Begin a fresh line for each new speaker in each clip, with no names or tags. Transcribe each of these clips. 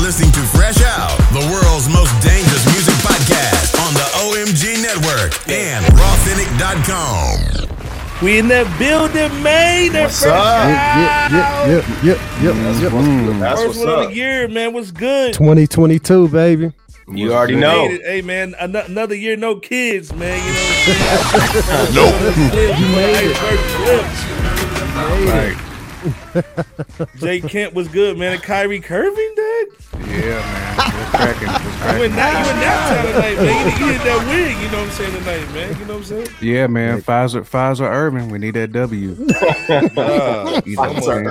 listening to Fresh Out, the world's most dangerous music podcast on the OMG Network and Rawthenic.com.
We in the building, man. That
What's
first
up?
Yep,
out.
yep, yep, yep, yep. Mm.
That's
First one
what's
of
up.
the year, man. What's good?
2022, baby.
You already
Hey,
know.
hey, man, an- another year, no kids, man. You know what I'm saying? Hey, first
Right.
flip. Jay Kent was good, man. And Kyrie Curving, dad.
Cracking.
You went now, you went now tonight, man. You did that wig, you know what I'm saying, tonight, man. You know what I'm saying?
Yeah, man. Pfizer, Pfizer, Urban. We need that W. You know what I'm saying?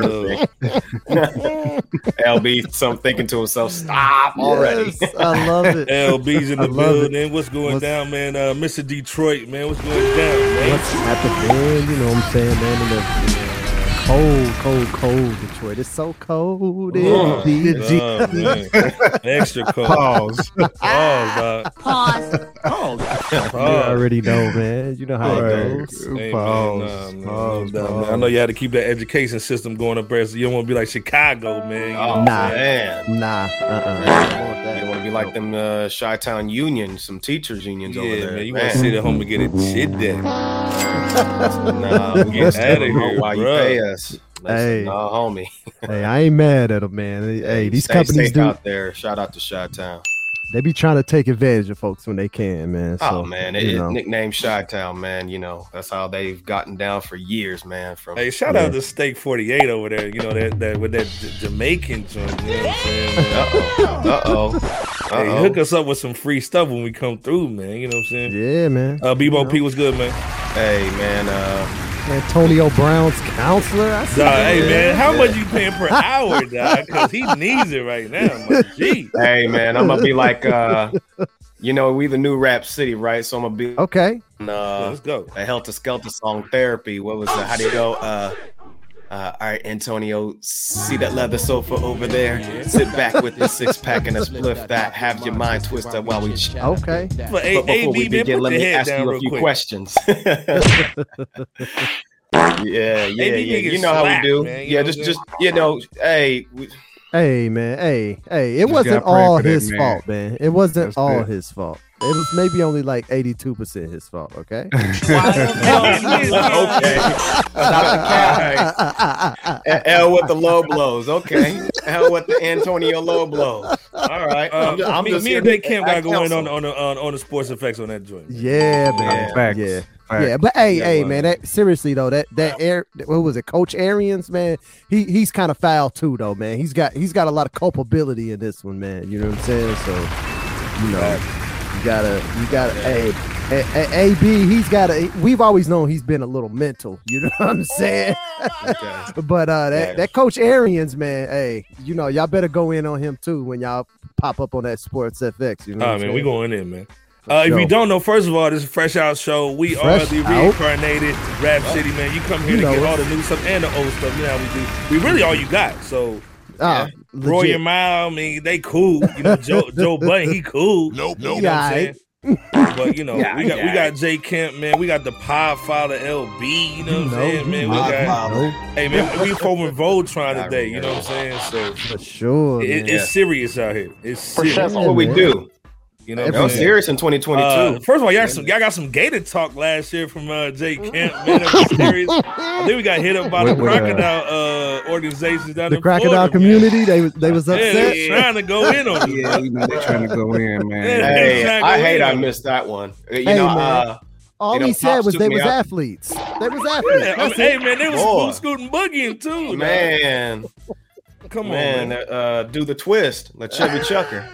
LB, some thinking to himself, stop already.
Yes, I love it.
LB's in
I
the
love it.
building. What's going
What's-
down, man? Uh, Mr. Detroit, man. What's going down, man?
What's happening? You know what I'm saying, man? In the cold, cold, cold Detroit. It's so cold. in
Oh,
DG.
Oh, man. Extra cold. Pause. Pause, dog.
Pause.
You
Pause.
already know, man. You know how it
Right.
goes.
Hey, man, nah,
Pause.
man,
Pause.
no doubt, man. I
pause.
know you had to keep that education system going up there. So you don't want to be like Chicago, man. You know?
Oh,
Nah.
man.
Nah, uh-uh.
You want to be like them uh, Chi Town Union, some teachers' unions
yeah,
over there.
man. You want to sit at home and get it shit done.
Nah, we
Outta
get out of
uh, here,
here while you
bruh.
pay us.
Hey.
Hey. Nah, homie.
Hey, I ain't mad at them, man. Hey, these
Stay
companies
safe
do.
out there. Shout out to Chi Town.
They be trying to take advantage of folks when they can, man. So,
Oh man, it,
you
it
know.
nicknamed Chi Town, man. You know that's how they've gotten down for years, man. From
Hey, shout out to Steak 48 over there. You know, that, that with that J- Jamaican joint. You know what I'm saying? man?
uh oh,
Hey,
uh
hook us up with some free stuff when we come through, man. You know what I'm saying?
yeah, man.
Uh, Bebo P was good, man.
oh, hey man, uh,
Antonio Brown's counselor. I see
Dog, hey
Yeah,
man, how
yeah.
much you paying per hour, dog? Because he needs it right now. My G.
hey man, I'm gonna be like, uh, you know, we the new Rap City, right? So I'm gonna be
Okay.
on
So
uh,
let's go.
the Helter Skelter song therapy. What was the How do you go? Uh, uh, all right, Antonio, see that leather sofa over there? Sit back with your six pack and a spliff that. Have your mind twisted while we chat.
Okay.
But A-
But before we
AB, man,
begin,
put
let
your
me
head
ask
down
you a
real
few
quick.
questions. yeah, yeah, yeah.
Maybe niggas
You know how
slack,
we do.
man, you
yeah,
know
just,
what I'm
just you know, hey, we,
Hey man, hey, hey, it
Just
wasn't
gotta pray
all
for that
his
man.
fault, man. It wasn't
That's
all
it.
his fault. It was maybe only like 82% his fault, okay?
okay.
uh,
Stop the
Ah,
cap. L with the low blows. Okay. L with the Antonio low blows. All right.
Uh,
I'm just, I'm
me,
just
me
here
and Big
to
Kim got
act
going on
counsel.
on the, on, on the sports effects on that joint. man.
yeah, man.
Facts.
Yeah.
Facts.
Yeah, but hey,
Yeah,
hey,
well.
man, that seriously though, that that air, what was it, Coach Arians, man? He he's kind of foul too, though, man. He's got he's got a lot of culpability in this one, man. You know what I'm saying? So, you know, you gotta you gotta hey. A- A- AB, he's got a. We've always known he's been a little mental. You know what I'm saying?
Okay.
But uh, that,
Yeah.
that coach Arians, man, hey, you know, y'all better go in on him too when y'all pop up on that Sports FX. You know, what
Oh
I'm
man,
saying?
we going in, man. Uh, if
sure.
you don't know, first of all, this is a Fresh Out Show. We are
Fresh
the
Out.
reincarnated Rap City, man. You come here
You
to
know
get
it.
all the new stuff and the old stuff. You know how we do. We really all you got. So
Ah,
Roy
legit.
and Mile, I mean, they cool. You know, Joe Joe Button, he cool.
Nope,
You
nope.
know what I'm saying? but you know,
Yeah,
we got we
yeah.
got J Camp, man. We got the Podfather LB, you know what I'm saying, man. We got, hey man, we forming Voltron
I
today, you know what I'm saying? So
for sure.
it,
Oh, man.
it's serious out here. It's
For
serious.
sure. That's what we do.
You know,
That
what
That
I'm
was
saying?
serious in 2022.
Uh, first of all, y'all, some, y'all got some gator talk last year from uh, J Camp, man. That was serious. I think we got hit up by the
Wait, wait, uh,
crocodile uh, organizations down
the
in
crocodile
Florida, man.
community, they was they was
Yeah,
upset.
they trying to go in on you.
Yeah, you know they're trying to go in,
Yeah.
man.
hey,
Exactly.
I hate I missed that one. You
Hey,
know,
man.
uh,
All
You know,
he said
Pops
was
took
they
me
was
out.
athletes. They was athletes.
Yeah, I mean,
That's
hey man, they was
Boy.
boot scooting boogieing too. Man,
man,
come on,
man, uh, do the twist, the Chevy Chucker.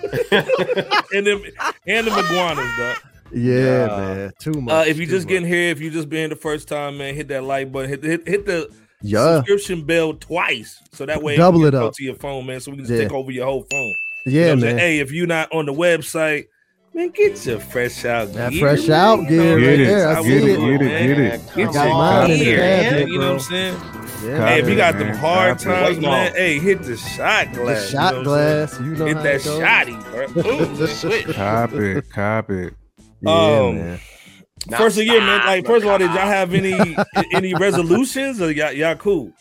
and them and them iguanas, dog.
it. yeah,
Yeah.
man. Too much.
Uh, if you
too
just
much.
getting here, if you just been here the first time, man, hit that like button, hit hit, hit the
yeah,
subscription bell twice, so that way
Double
can
it
go
up.
to your phone, man, so we can
Yeah.
just take over your whole phone. You know
yeah,
what I'm saying?
man.
Hey, if you're not on the website, man, get your fresh out.
That
gear,
fresh
man.
out
You know
gear
what
right
Get it,
there. I
I'm
see
get
saying?
it,
it.
get it, get it.
Come
Get
I got
your
mine in the
gear, man.
cabinet,
You know what
bro.
I'm saying?
Yeah,
Hey, if you
man.
got
man.
them hard
Copy it.
times,
Wait, no.
man, hey, hit the shot
the
glass. you know
shot
what I'm
glass. You know
saying? Hit
how
that
it goes.
shotty, bro. Ooh, switch.
Cop it, cop it.
Yeah,
Um,
man.
Nah,
first of year, man. Like, first of all, did y'all have any any resolutions or y'all, y'all cool?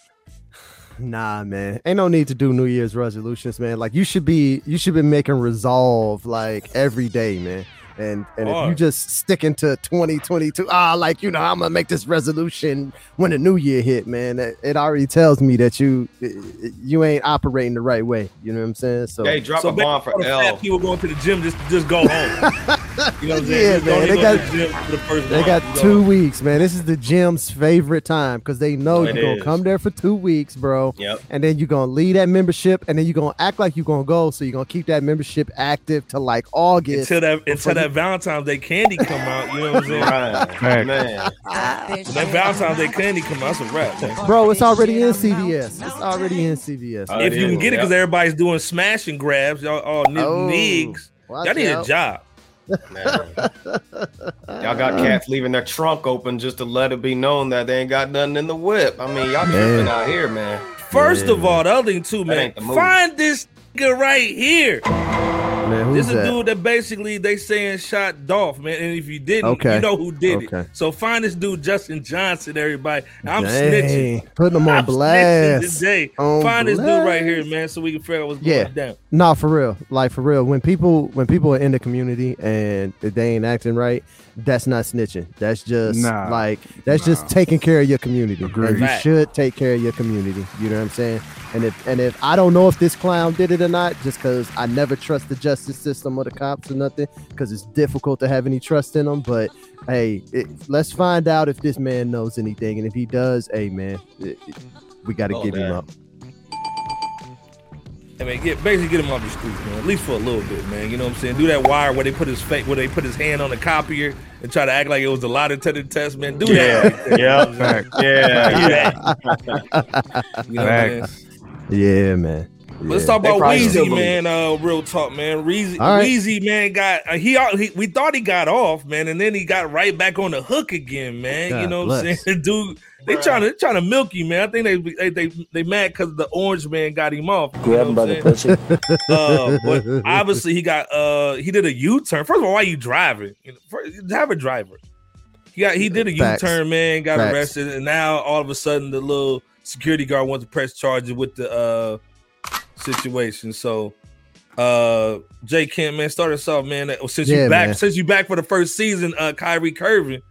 Nah, man. Ain't no need to do New Year's resolutions, man. Like you should be you should be making resolve like every day, man. And and if you
Hard.
just sticking to 2022, ah, like you know, I'm gonna make this resolution when the new year hit, man. It, it already tells me that you you ain't operating the right way. You know what I'm saying? So
Hey, drop
So
a
basically, all
bomb for
the fat
L.
people going to the gym just just go home. You know what I'm saying?
Yeah,
Just don't
man, they
even
got-
go to the gym for the first
They
month.
got
You
two
know?
weeks, man. This is the gym's favorite time because they know
It
you're gonna
is.
come there for two weeks, bro.
Yep.
And then you're gonna leave that membership, and then you're gonna act like you're gonna go. So you're gonna keep that membership active to like August.
until that
Before
until
you-
that Valentine's Day candy come out. You know what I'm saying?
Right.
Right.
Man.
That Valentine's Day candy come out. That's a wrap. man.
bro, it's already in CVS. It's already in CVS.
Uh,
If
it
you can
is,
get Oh, it, because
yep.
everybody's doing smash and grabs, y'all all n-
Oh,
nigs.
Watch
Y'all need a
out.
job.
Man. Y'all got cats leaving their trunk open just to let it be known that they ain't got nothing in the whip. I mean, y'all tripping out here, man.
First of all, the other thing too, man,
ain't the move.
find this nigga right here.
Man, who's
This is a
that?
dude that basically they saying shot Dolph, man. And if you didn't,
Okay.
you know who did
Okay.
it. So find this dude, Justin Johnson, everybody. I'm snitching.
Dang, putting them on
I'm snitching
blast.
today.
On
find this dude right here,
blast.
man, so we can figure out what's
Yeah.
going down.
Nah, for real. Like for real. When people when people are in the community and they ain't acting right, that's not snitching. That's just
Nah.
like that's just
Nah.
taking care of your community. And you
Fact.
should take care of your community. You know what I'm saying? And if and if I don't know if this clown did it or not, just because I never trust the justice system or the cops or nothing, because it's difficult to have any trust in them. But hey, it, let's find out if this man knows anything, and if he does, hey man, it- it- we got to
Oh,
give him
man.
up.
I mean, get basically get him off the streets, man. At least for a little bit, man. You know what I'm saying? Do that wire where they put his face, where they put his hand on the copier and try to act like it was a lot of tethered test, man. Do that.
yeah,
Fact.
yeah.
Do that. You know what I mean?
Facts.
Yeah, man.
But Let's
Yeah.
talk
They
about
probably still
Wheezy,
believe
man. Uh, real talk, man. Wheezy,
All right.
Wheezy, man, got uh, he, out- he. We thought he got off, man, and then he got right back on the hook again, man. you
God
know what I'm
bless.
saying, dude? They trying to trying to milk you, man. I think they they they, they mad because the orange man got him off. you know what I'm saying? Uh, but obviously he got uh he did a U turn. First of all, why you driving? You know, first, have a driver. He got he did a U
Facts.
turn, man. Got
Facts.
arrested, and now all of a sudden the little security guard wants to press charges with the uh situation. So uh Jay Kent, man, start us off, man. That- Since
Yeah,
you back,
man.
since you back for the first season, uh Kyrie Curvin.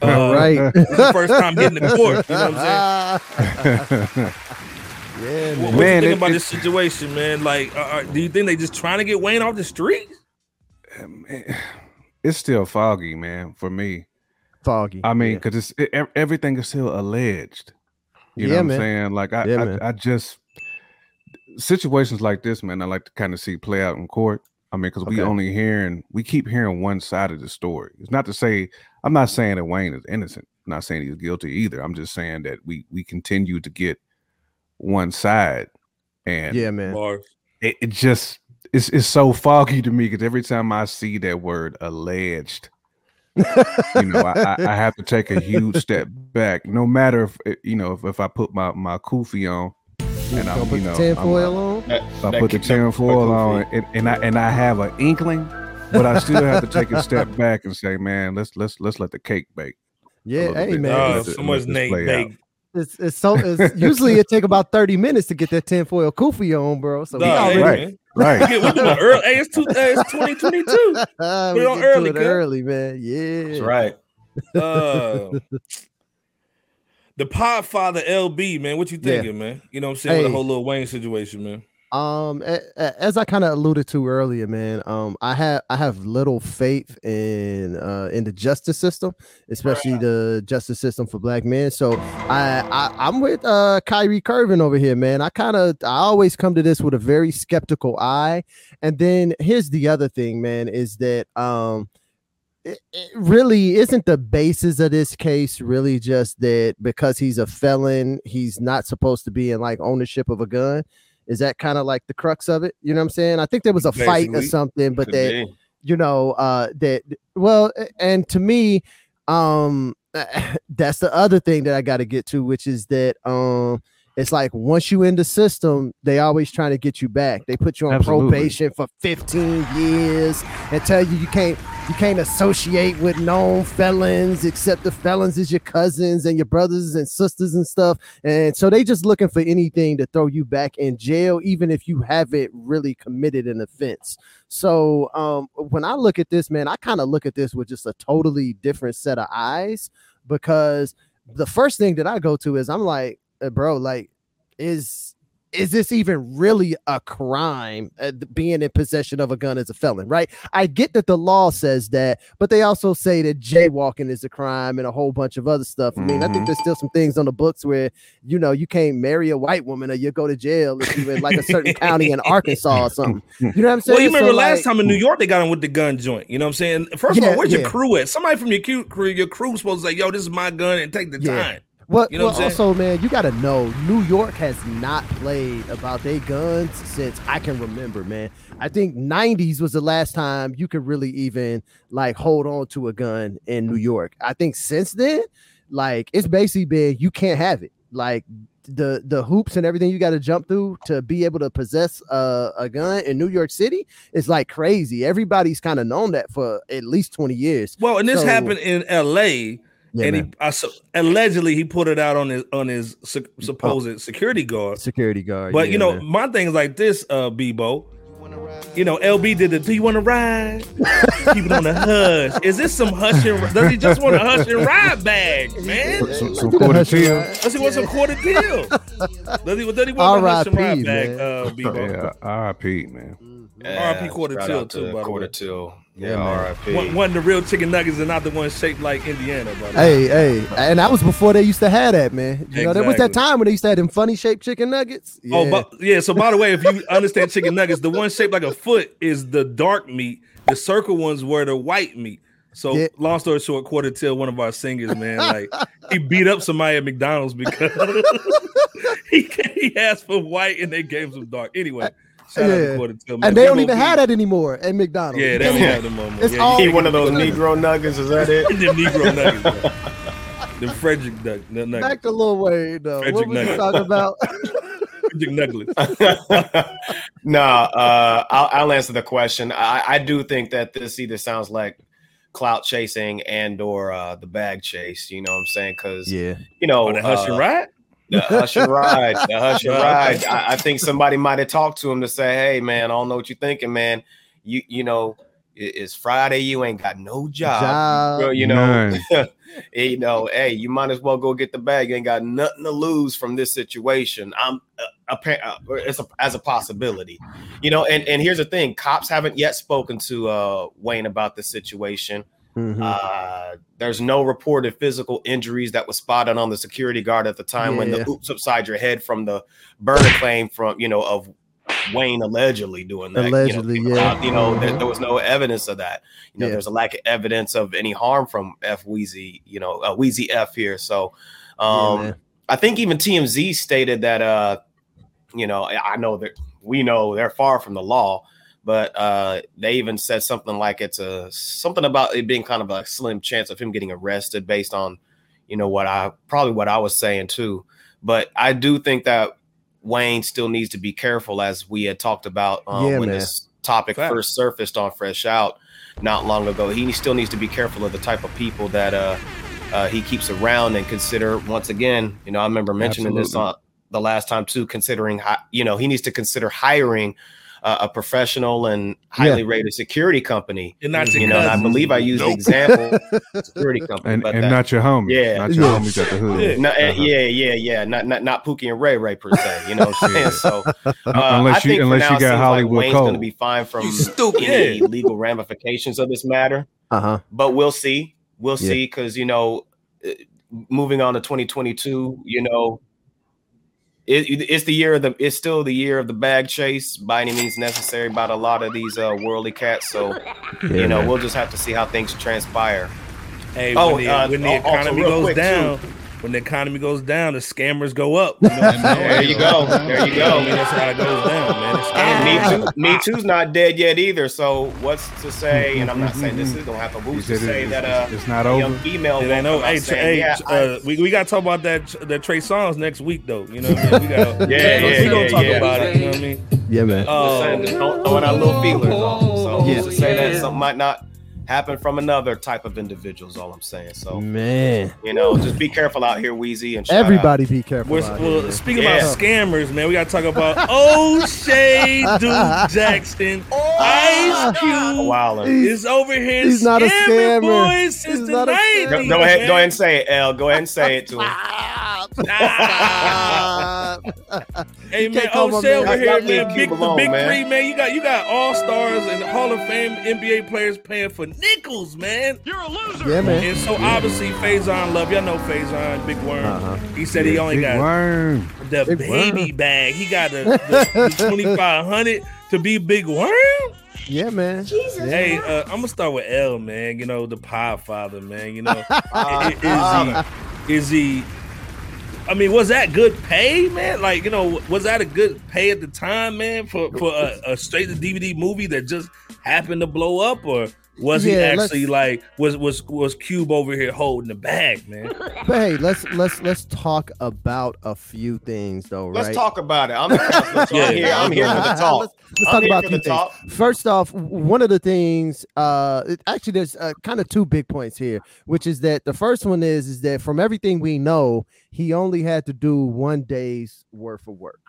Uh,
All right.
this is the first time hitting the court. You know what I'm saying?
yeah,
What,
man.
what
Man,
you think
it-
about
it-
this situation, man? Like, uh, uh, do you think they just trying to get Wayne off the street?
It's still foggy, man, for me.
foggy.
I mean, because it's it, ev- everything is still alleged. You know
Yeah,
what
man.
I'm saying? Like I,
Yeah,
I,
man.
I just situations like this, man. I like to kind of see play out in court. I mean, because we
Okay.
only hearing, we keep hearing one side of the story. It's not to say I'm not saying that Wayne is innocent. I'm not saying he's guilty either. I'm just saying that we we continue to get one side,
yeah,
and
yeah, man.
Or
it, it just it's it's so foggy to me because every time I see that word alleged, you know, I, I, I have to take a huge step back. No matter if eh, you know if, if I put my my kufi on and I
Gonna
you
put
know
the
I'm a-
tinfoil on.
That-
if I
that
put the
kicked up
tinfoil
my
on
goofy.
and, and I and I have an inkling, but I still have to take a step back and say, man, let's let's let's let the cake bake.
Yeah,
little
hey
bit.
man.
oh,
Let
it's,
this-
so much
let this
Nate
play out.
Nate.
it's, it's so it's, usually it take about thirty minutes to get that tinfoil kufi on, bro. So we
Nah,
already
hey,
right.
man.
Right.
Get- we doing early. Hey, it's, two, uh, it's 2022.
we
it on
get to
early,
it
cuz.
early, man. Yeah,
That's right.
Uh, the Podfather LB, man. What you
Yeah.
thinking, man? You know what I'm saying? With
Hey.
the whole little Wayne situation, man.
Um, a- a- as I kind of alluded to earlier, man, um, I have I have little faith in uh in the justice system, especially the justice system for black men. So I, I I'm with uh Kyrie Curvin over here, man. I kind of I always come to this with a very skeptical eye, and then here's the other thing, man, is that um. It, it really isn't the basis of this case really just that because he's a felon he's not supposed to be in like ownership of a gun is that kind of like the crux of it? You know what I'm saying? I think there was a fight or
Basically.
something, but
Could
that
be.
you know uh that well a- and to me um that's the other thing that i got to get to which is that um it's like once you in the system, they always trying to get you back. They put you on
Absolutely.
probation for 15 years and tell you you can't you can't associate with known felons except the felons is your cousins and your brothers and sisters and stuff. And so they just looking for anything to throw you back in jail, even if you haven't really committed an offense. So um, when I look at this, man, I kind of look at this with just a totally different set of eyes because the first thing that I go to is I'm like, uh, bro, like, is is this even really a crime? Uh, th- being in possession of a gun as a felon, right? I get that the law says that, but they also say that jaywalking is a crime and a whole bunch of other stuff. I mean, I think there's still some things on the books where you know you can't marry a white woman or you go to jail if you're in like a certain county in Arkansas or something. You know what I'm saying?
Well, you remember
So,
last
like-
time in New York they got him with the gun joint. You know what I'm saying? First of
Yeah,
all, where's
yeah.
your crew at? Somebody from your cu- crew, your crew supposed to say, "Yo, this is my gun," and take the
Yeah.
time.
Well,
You know what
well
I'm saying?
also, man, you gotta know New York has not played about their guns since I can remember, man. I think '90s was the last time you could really even like hold on to a gun in New York. I think since then, like it's basically been you can't have it. Like the the hoops and everything you got to jump through to be able to possess a, a gun in New York City is like crazy. Everybody's kind of known that for at least twenty years.
Well, and this
So-
happened in L.A.
Yeah,
and
man.
he I, su- allegedly he put it out on his on his sec-
Oh.
supposed security guard.
security guard.
But
yeah,
you know,
man.
my thing is like this, uh, Bebo. You know, LB did the Do you want to ride? Keep it on the hush. Is this some hush and does he just want a hush and ride bag, man?
Some, some quarter teal.
Does he want some quarter deal? Does he, does he want a hush and
R.I.P.,
ride bag,
man.
uh, Bebo?
Yeah, RIP, man.
RIP quarter
shout
till,
out to
too, by the
quarter
way.
till.
Yeah,
Yeah,
man.
RIP.
One, one the real chicken nuggets and not the one shaped like Indiana, brother.
Hey, hey, and that was before they used to have that, man. You know, there was that
Exactly.
time when they used to have them funny shaped chicken nuggets. Yeah.
Oh, but yeah. So by the way, if you understand chicken nuggets, the one shaped like a foot is the dark meat. The circle ones were the white meat. So
Yeah.
long story short, quarter till one of our singers, man, like he beat up somebody at McDonald's because he, he asked for white and they gave him some dark. Anyway, shout out
Yeah.
to quarter till, man.
and they
We
don't
gonna
even
be-
have that anymore at McDonald's.
Yeah, they don't
Yeah.
have them on.
It's
yeah,
all-
you
Eat one of those Negro nuggets. Is that it?
can't get them Negro nuggets. man. Them Frederick nug- nug-
Back
nuggets.
to Lil Wayne, though. what
Frederick
was he
Nugget.
talking about?
Frederick nuggets.
Oh, no, uh, I'll, I'll answer the question. I, I do think that this either sounds like clout chasing and or uh, the bag chase. You know what I'm saying? Because
yeah.
you know,
Oh, the hush and
uh,
ride.
the hush and ride, the hush and
Okay.
ride. I, I think somebody might have talked to him to say, "Hey, man, I don't know what you're thinking, man. You you know, it- it's Friday. You ain't got no job.
Job.
Well, you know,
None.
you know, hey, you might as well go get the bag. You ain't got nothing to lose from this situation. I'm uh, appa- uh, it's a, as a possibility, you know. And and here's the thing: cops haven't yet spoken to uh, Wayne about the situation.
Mhm.
Uh, there's no reported physical injuries that was spotted on the security guard at the time when
Yeah.
the oops upside your head from the burner claim from you know of Wayne allegedely doing that. you know,
Allegedly, yeah.
Uh, You know, there, there was no evidence of that. You know,
Yeah.
there's a lack of evidence of any harm from F Weezy. You know, uh, Weezy F here. So,
Yeah,
um,
man.
I think even TMZ stated that. Uh, you know, I I know that we know they're far from the law, but uh, they even said something like it's a something about it being kind of a slim chance of him getting arrested based on, you know, what I probably what I was saying too. But I do think that Wayne still needs to be careful, as we had talked about um,
Yeah,
when
man.
this topic
Facts.
first surfaced on Fresh Out not long ago. He still needs to be careful of the type of people that uh, uh, he keeps around and consider. Once again, you know, I remember mentioning this
Absolutely.
on the last time too. Considering, hi- you know, he needs to consider hiring uh, a professional and highly rated security company.
And not your
You know, and I
cousins.
believe I used the example security company,
And,
but
and
that-
not your homie.
Yeah.
Not your
Yeah.
homies at the hood.
Yeah.
no, eh,
Uh-huh.
yeah, yeah, yeah, not not not Pookie and Ray Ray per se. You know what I'm saying?
Yeah.
So
Un-
Uh, I
unless you
think for
unless
now
you
it
got
seems
Hollywood
Wayne's
Cole.
gonna be fine from
You stupid.
any legal ramifications of this matter.
Uh-huh.
But we'll see. We'll
Yeah.
see because you know, eh, moving on to 2022, you know, it, it- it's the year of the it's still the year of the bag chase by any means necessary by a lot of these uh, worldly cats. So you know, we'll just have to see how things transpire.
Hey,
Oh,
when the,
uh,
when the
also
economy
real
goes
quick,
down, when the economy goes down, the scammers go up. You know what I'm saying?
There you go. There you
I
go.
mean, that's how it goes down, man. It's
And Me Too, Me Too's not dead yet either. So what's to say? And I'm not saying this is gonna happen.
You
Who's
mm-hmm. said
to
it-
say that
it's-
uh,
it's not
a
over.
young female?
It ain't
won't
no.
come out
Hey, Tra-
saying,
hey
yeah,
Tr-
I-
uh, we, we gotta talk about that that Trey Songs next week though. You know what I mean? We gotta,
Yeah,
we
yeah,
gonna
yeah,
talk
yeah.
about it. You know what I mean?
Yeah, man.
saying
Uh,
just don't throwing out little feelers. All. So
Yeah.
who's to say that something might not happen from another type of individual? Is all I'm saying.
Oh.
Mm.
So
man,
you know, just be careful out here, Wheezy, and shout out.
everybody be careful.
we're,
out
well,
here, man.
speaking
Yeah.
about scammers, man, we gotta talk about O'Shea Duke Jackson.
Oh,
Ice Cube
Wildin'.
is over here.
He's not a
scamming,
scammer.
Boys, since
He's
the
not a
90s,
scammer.
Go, go ahead,
man.
go ahead and say it, L. Go ahead and say it to him.
Ah,
Hey man,
can't call my
O'Shea
man.
over
Y'all-
here,
y'all
man.
leave
Big,
Cube
the
alone,
big
man.
three, man. You got you got all stars and Hall of Fame NBA players playing for nickels, man.
yeah, man.
And so obviously Faison Love, y'all know Faison, Big Worm.
Uh-huh.
He said he only
Big
got
worm.
the
Big
baby
Worm.
bag. He got the, the, twenty five hundred to be Big Worm.
Yeah, man.
Hey, uh, I'm gonna start with L, man. You know the Podfather, man. You know
Ah,
is, he? Is he? I mean, was that good pay, man? Like, you know, was that a good pay at the time, man, for for a, a straight to DVD movie that just happened to blow up, or was he
Yeah, let's-
actually like was was was Cube over here holding the bag, man?
But hey, let's let's let's talk about a few things though,
Let's
right?
talk about it. I'm, the counselor, so I'm
Yeah.
here. I'm here for the talk.
Let's, let's
I'm
talk
here
about
for
a few
the
things.
talk.
First off, w- one of the things, uh, it- actually, there's uh, kind of two big points here, which is that the first one is is that from everything we know, he only had to do one day's worth of work,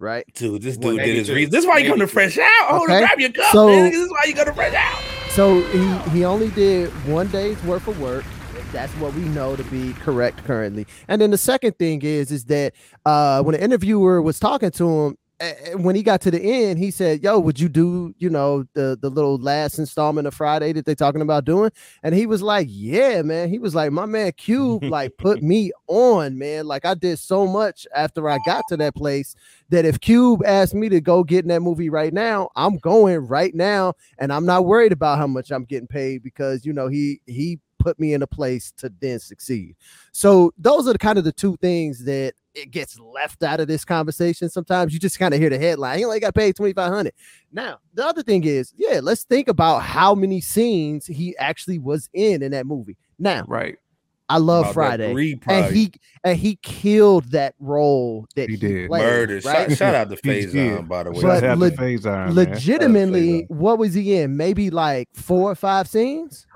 right?
Dude, this
dude did his 82. research.
This is why you come to fresh out. Hold on,
Okay.
grab your cup,
So-
man. This is why you go to fresh out.
So he, he only did one day's worth of work. That's what we know to be correct currently. And then the second thing is is that uh, when the interviewer was talking to him, eh, eh, when he got to the end, he said, "Yo, would you do you know the the little last installment of Friday that they're talking about doing?" And he was like, "Yeah, man." He was like, "My man Cube like put me on, man. Like I did so much after I got to that place that if Cube asked me to go get in that movie right now, I'm going right now and I'm not worried about how much I'm getting paid because you know he he put me in a place to then succeed. So those are the kind of the two things that it gets left out of this conversation. Sometimes you just kind of hear the headline, he only got paid twenty five hundred. Now the other thing is, yeah, let's think about how many scenes he actually was in in that movie. Now
Right.
I
About
love
that
Friday.
three
And he and he killed that role that he,
He did.
played,
murdered.
right?
Shout, shout out to
He did.
Faison, by the way.
Shout
But
out
le-
to Phase Iron, man.
legitimately, what was he in? Maybe like four or five scenes?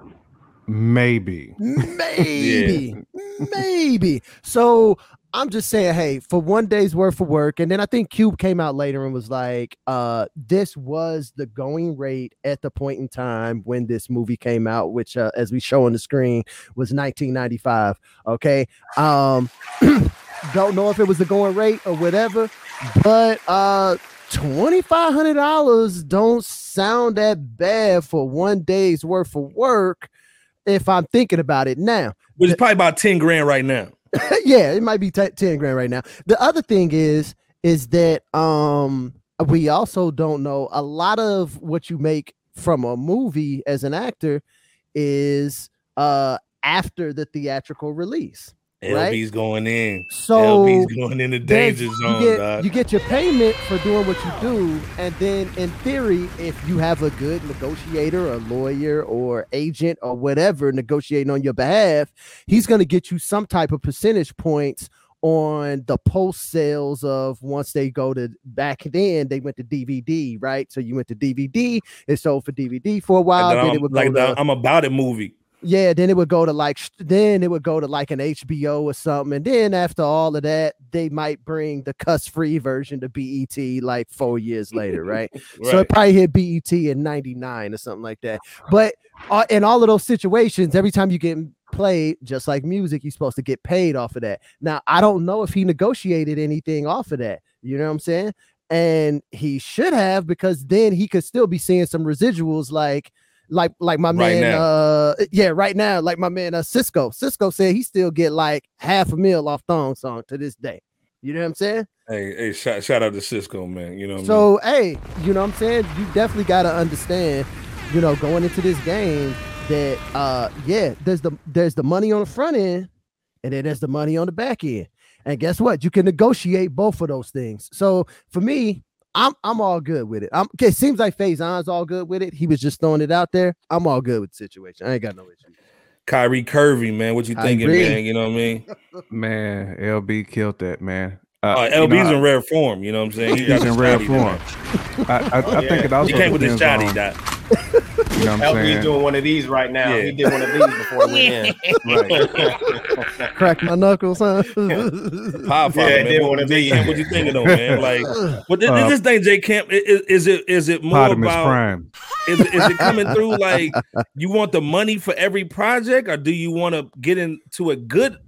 Maybe.
Maybe. Maybe. So I'm just saying, hey, for one day's worth of work. And then I think Cube came out later and was like, uh, this was the going rate at the point in time when this movie came out, which, uh, as we show on the screen, was 1995. Okay. Um, don't know if it was the going rate or whatever, but uh, $2,500 don't sound that bad for one day's worth of work if I'm thinking about it now.
Which is probably about 10 grand right now.
yeah, it might be t- 10 grand right now. The other thing is is that um we also don't know a lot of what you make from a movie as an actor is uh after the theatrical release. Right?
LB's going in.
So
LB's going in the
then
danger
you
zone,
get,
dog.
you get your payment for doing what you do, and then in theory, if you have a good negotiator, a lawyer, or agent, or whatever negotiating on your behalf, he's going to get you some type of percentage points on the post sales of once they go to back then they went to DVD, right? So you went to DVD, it sold for DVD for a while,
And then
then
I'm,
it would
like
go to,
the I'm about it movie.
yeah, then it would go to like sh- then it would go to like an HBO or something, and then after all of that, they might bring the cuss-free version to BET like four years later, right? So it probably hit BET in '99 or something like that. But uh, in all of those situations, every time you get played, just like music, you're supposed to get paid off of that. Now I don't know if he negotiated anything off of that. You know what I'm saying? And he should have because then he could still be seeing some residuals like. Like, like my
Right
man,
now.
uh, yeah, right now, like my man, uh, Cisco. Cisco said he still get like half a meal off Thong Song to this day. You know what I'm saying?
Hey, hey, shout, shout out to Cisco, man. You know what I mean?
So hey, you know what I'm saying? You definitely gotta understand, you know, going into this game that uh yeah, there's the there's the money on the front end, and then there's the money on the back end. And guess what? You can negotiate both of those things. So for me, I'm I'm all good with it. I'm okay. Seems like Faison's all good with it. He was just throwing it out there. I'm all good with the situation. I ain't got no issue.
Kyrie Curvy, man. What you thinking,
Kyrie.
man? You know what I mean?
Man, LB killed that man.
Oh,
Uh,
you know,
LB's
I-
in rare form. You know what I'm saying? He
he's in rare
shotty
form.
tonight.
I, I, I think it
He
also
came with his
depends
shotty
on,
dot.
you know what I'm
LB's
saying?
doing one of these right now.
Yeah.
He did one of these before he went in.
Right.
Crack my knuckles, huh?
Pop
Yeah, it did
man.
one
What,
of these.
what you thinking though, man? Like, what this,
Uh,
this thing, J Camp? i- i- Is, it is it more
Potimus
about
Prime.
is, it- is it coming through like you want the money for every project, or do you want to get into a good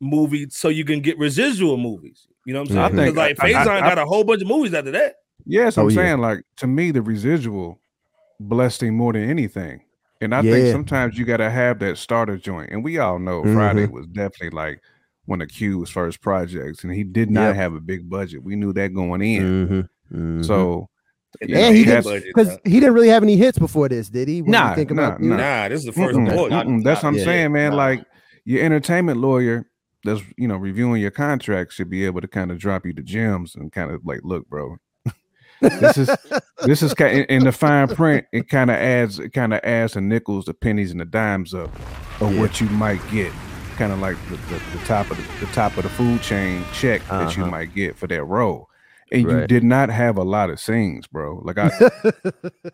movie so you can get residual movies? You know what I'm
Mm-hmm.
saying?
I think-
'Cause, like
I- I-
Faison
I-
got a whole bunch of movies after that.
Yes, I'm
Oh, yeah.
saying like to me the residual blessed him more than anything. And I
Yeah.
think sometimes you gotta have that starter joint. And we all know Friday
Mm-hmm.
was definitely like one of Q's first projects, and he did not
Yep.
have a big budget. We knew that going
Mm-hmm,
in.
Mhm, mhm.
So you
And he
that's-
didn't because he didn't really have any hits before this, did he? When you
Nah,
think
nah,
about you-
nah.
Nah, this is the 1st
Mm-mm,
Mm-hmm.
one.
Not-
mm-mm, that's what I'm
yeah,
saying, man.
nah.
Like your entertainment lawyer that's you know reviewing your contract should be able to kind of drop you the gems and kind of like, look, bro, this is this is kind in the fine print. It kind of adds it kind of adds the nickels, the pennies, and the dimes up of
Yeah.
what you might get. Kind of like the, the, the top of the, the top of the food chain check that you
Uh-huh.
might get for that role. And you
Right.
did not have a lot of scenes, bro. Like I,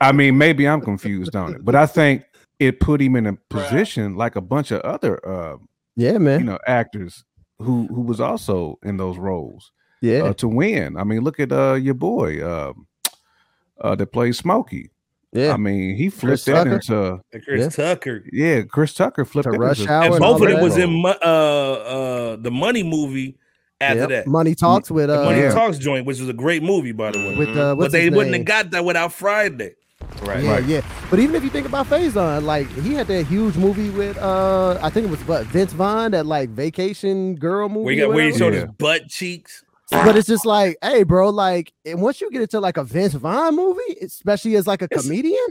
I mean, maybe I'm confused on it, but I think it put him in a position like a bunch of other, uh,
Yeah,
you
man.
know, actors who who was also in those roles
Yeah.
uh, to win. I mean, look at uh, your boy uh, uh, that plays Smokey.
yeah.
I mean, he
Chris
flipped that
Tucker?
into
Chris
Yeah.
Tucker.
yeah. Chris Tucker flipped
To
that
Rush
into-
Hour
And
and
both
all
of them
that.
was in Mo- uh uh the Money movie after
Yep.
that.
Money talks with
The
uh
Money
Yeah.
Talks joint, which was a great movie by the way.
with uh,
but
what's
they
his
wouldn't
name?
have got that without Friday.
Right.
Yeah,
Right.
yeah. But even if you think about Faison, like he had that huge movie with uh I think it was what Vince Vaughn, that like vacation girl movie.
Where you got where he
whatever.
showed
Yeah.
his butt cheeks.
But it's just like, hey, bro, like and once you get into like a Vince Vaughn movie, especially as like a
It's-
comedian,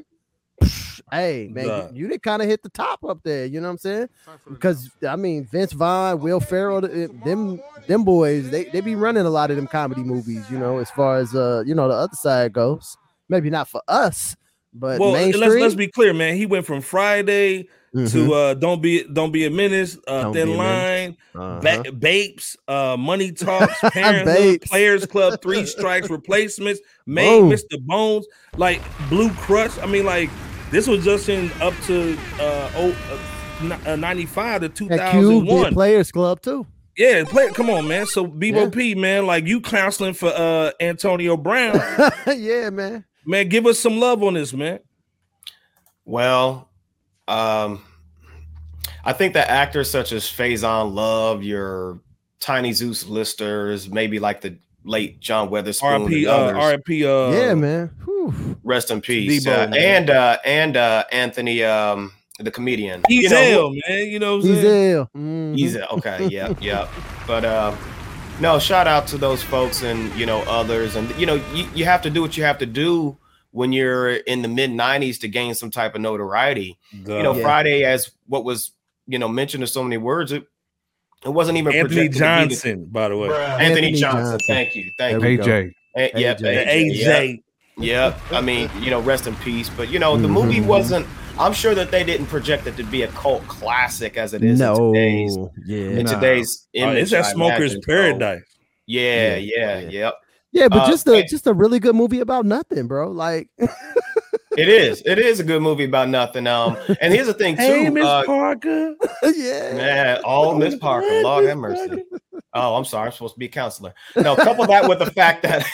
hey man,
Nah.
you, you did kind of hit the top up there. You know what I'm saying? Because I mean, Vince Vaughn, Will Ferrell, th- them them boys, they they be running a lot of them comedy movies. You know, as far as uh you know the other side goes, maybe not for us, but
Well, let's
mainstream.
let's be clear, man. He went from Friday
Mhm.
to uh Don't Be Don't Be a Menace, uh
Don't Be
Thin
a
Line,
Uh-huh.
ba- Bapes, uh Money Talks, Parenthood,
Bapes.
Players Club, Three Strikes, Replacements, Made
Boom.
Mr. Bones, like Blue Crush. I mean, like this was just in up to uh, oh, uh, ni- uh 95 to
That Cube did
2001.
Players Club too.
yeah, play, come on, man. So BOP, man, like you counseling for uh Antonio Brown.
yeah, man.
man, give us some love on this, man.
Well, um, I think that actors such as Faison Love, your Tiny Zeus listers, maybe like the late John Weatherspoon, and
RIP uh
others.
RIP uh
yeah, man. Whew.
rest in peace,
Debo,
uh,
man.
and uh, and uh, Anthony, um, the comedian.
He's
know,
ill, man. You know what I'm
He's
saying?
ill.
He's a,
Mm-hmm.
okay, yeah, yeah. But uh, no, shout out to those folks and you know others, and you know you, you have to do what you have to do when you're in the mid '90s to gain some type of notoriety. You know,
Yeah.
Friday as what was you know mentioned in so many words, it it wasn't even
Anthony
projected to be the-
Johnson, by the way.
Anthony,
Anthony
Johnson,
Johnson.
Thank you, thank
There
you.
we go.
AJ.
A- yep,
AJ.
The
AJ,
AJ.
Yeah, I mean, you know, rest in peace. But you know, the movie
Mhm.
wasn't. I'm sure that they didn't project it to be a cult classic as it is in
no.
today's
Yeah.
in
Nah.
today's
Oh,
image.
it's that
I
smoker's
imagine. So,
paradise.
yeah,
Yeah,
yeah,
yeah.
yep.
Yeah, but
Uh,
just a
and-
just a really good movie about nothing, bro. Like
It is. It is a good movie about nothing. Um, and here's the thing
Hey,
too.
Miss
Uh,
Parker.
yeah.
man, all Miss Parker,
What,
Lord
Miss
have mercy.
Parker?
Oh, I'm sorry. I'm supposed to be a counselor. No, couple that with the fact that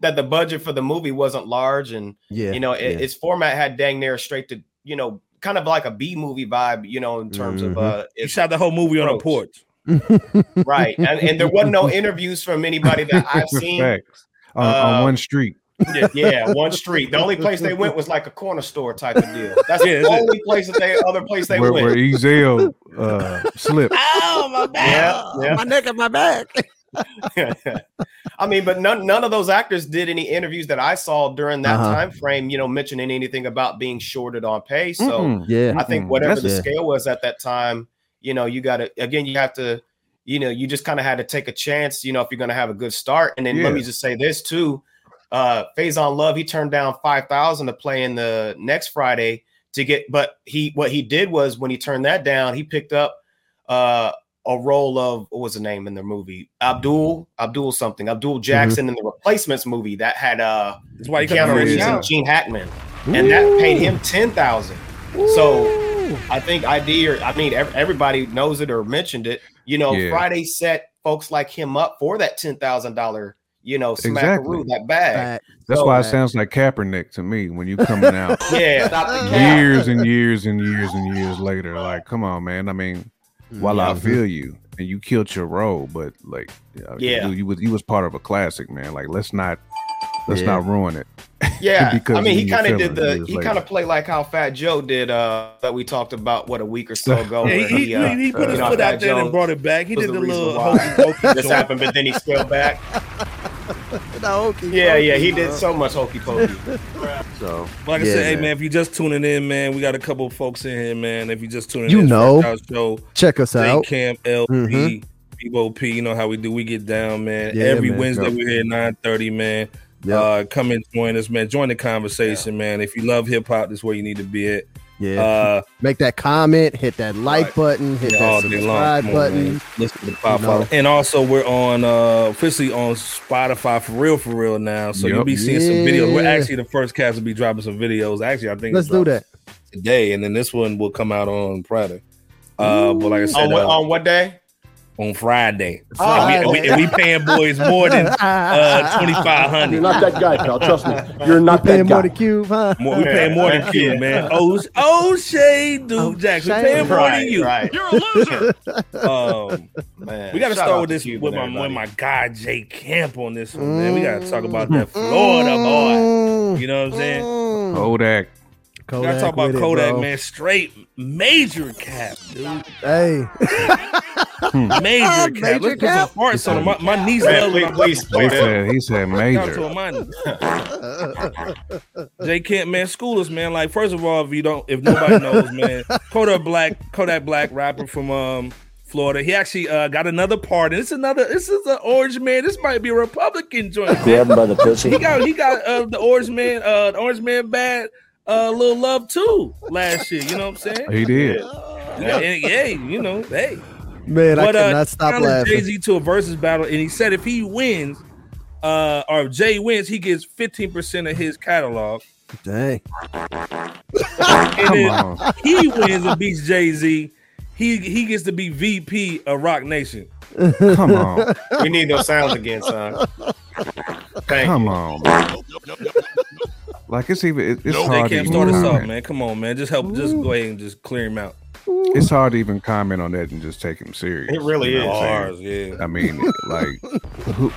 that the budget for the movie wasn't large, and
Yeah.
you know, it,
yeah.
its format had dang near straight to you know, kind of like a B movie vibe. You know, in terms
Mhm.
of uh,
You
its
shot the whole movie on a
Gross.
porch.
right and, and there wasn't no interviews from anybody that i've seen
Facts. On, on
Uh,
one street.
yeah one street the only place they went was like a corner store type of deal that's
Yeah,
the
that's it.
only place that they other place they
where,
went
where Ezel uh, slipped.
Ow, my
Yeah, yeah.
My neck and my back.
i mean but none, none of those actors did any interviews that i saw during that
Uh-huh.
time frame you know mentioning anything about being shorted on pay so
Mm-mm.
Yeah.
i think
Mm-mm.
whatever
That's-
the
yeah.
scale was at that time you know, you got to again, you have to, you know, you just kind of had to take a chance, you know, if you're going to have a good start. And then
Yeah.
let me just say this too, uh, Faison Love, he turned down five thousand to play in the next Friday to get, but he what he did was when he turned that down, he picked up uh a role of what was the name in the movie Abdul Abdul something
Mm-hmm.
Abdul Jackson in the Replacements movie that had uh
That's why you got
Keanu
Yeah.
Reeves and Gene Hackman, and that paid him ten thousand. So I think ID or I mean ev- everybody knows it or mentioned it. You know,
Yeah.
Friday set folks like him up for that ten thousand dollar. You know,
Exactly.
smackaroo that bag.
Fact.
That's
So-
why it sounds like Kaepernick to me when you coming out
Yeah, stop the cap.
years and years and years and years later. Like, come on, man. I mean,
Mm-hmm.
while I
Mhm.
feel you and you killed your role, but like, uh,
Yeah.
you, you was you was part of a classic, man. Like, let's not let's
Yeah.
not ruin it.
Yeah,
Because
I mean, he
you
kind of
feel
did
it
the
years
he
later.
kind of played like how Fat Joe did uh that we talked about what a week or so
Yeah,
ago. where
he, he,
he, uh,
he put his
you know,
foot
Fat
out there
Joe
and brought it back. He
was
did
the
the
reason
little
why.
hokey pokey
this
joint.
happened, but then he scaled back.
No, okay,
Yeah,
okay,
yeah, he
bro.
did so much hokey pokey.
So
Like I
Yeah,
said, hey
man.
man, if you're just tuning in, man, we got a couple of folks in here, man. If you just tuning
You
in, it's
know.
Fresh Out show.
check us
J
out.
Cam LP,
Mhm.
Bebo P. You know how we do. We get down, man.
Yeah,
Every
man.
Wednesday
Yep.
we're here at nine thirty, man.
Yep.
Uh, come and join us, man. Join the conversation, man. If you love hip hop, this is where you need to be at.
Yeah,
Uh,
make that comment, hit that like
Right.
button, hit
all
that
day long.
subscribe
Come on,
button.
man. Listen to Pop
You know.
Out. And also, we're on uh, officially on Spotify for real, for real now. So you'll
Yep.
be seeing some
Yeah.
videos. We're actually the first cast to be dropping some videos. Actually, I think
Let's
it
do
dropped
that.
today, and then this one will come out on Friday. Uh, but like I said,
on, what,
uh,
on what day?
on Friday.
Oh,
And, we, and we- and we paying boys more than uh, twenty five
You're
hundred.
not that guy, pal. Trust me. You're not
Pay
that
more
guy.
to cube, huh?
More, we paying more than you, man. Oh, oh, Shay, dude, Jackson, we
O'Shea.
paying more than
Right,
you.
right.
Um,
Man,
we got to
shout
start
out
with this
Cuban,
with my
everybody.
with my guy Jay Camp on this one, man. We got to talk about that
Mm-hmm.
Florida boy. You know what I'm saying?
Mm. Oh.
Kodak.
We got to talk about
with it,
Kodak,
bro.
man. Straight major cap, dude.
Hey,
Major cap. Let's
Major
put some farts on him. My, my knees
Man,
love when
please,
I put
please play
He
that.
said he said
down to
major.
a minor. They can't, man. School us, man. Like, first of all, if you don't, if nobody knows, man, Kodak Black, Kodak Black rapper from um Florida. He actually uh, got another pardon. It's another. This is an orange man. This might be a Republican joint.
Grab him by the pussy.
He got he got uh, the orange man, uh, the orange man bad. Uh, little love too last year, you know what I'm saying?
He did.
Yeah, and- yeah, you know, hey,
man, I
but
cannot
uh,
stop
challenged Jay
laughing.
Z to a versus battle, and he said if he wins, uh, or if Jay wins, he gets 15% of his catalog,
Dang,
and
Come
then
on.
he wins and beats Jay Z. He he gets to be VP of Rock Nation.
Come on.
We need those sounds again, son. Thank
Come on. man. Like it's even it- it's
Jay
hard to
Camp
even
start us off,
comment.
man. Come on, man. Just help. Just go ahead and just clear him out.
It's hard to even comment on that and just take him serious.
It really
you know
is.
what I'm saying?
Bars, yeah.
I mean, like, who,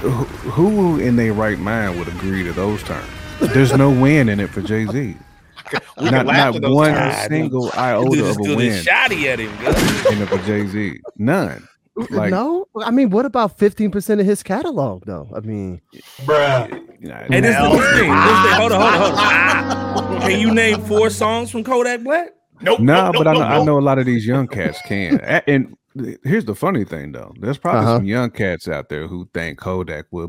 who who in their right mind would agree to those terms? There's no win in it for Jay Z.
can laugh
Not, not
at those
one
terms.
single
Dude,
iota
just
of a
threw this
win
shoddy at him. Good.
in it for Jay Z. None. Like,
no, I mean, what about fifteen percent of his catalog, though? I mean,
nah,
And this is the
nah.
thing. This is the- hold on, hold on, hold on. Ah. Can you name four songs from Kodak Black?
Nope.
Nah,
nope,
but I know,
nope,
I
nope.
know a lot of these young cats can. A- And th- here's the funny thing, though. There's probably
Uh-huh.
some young cats out there who think Kodak will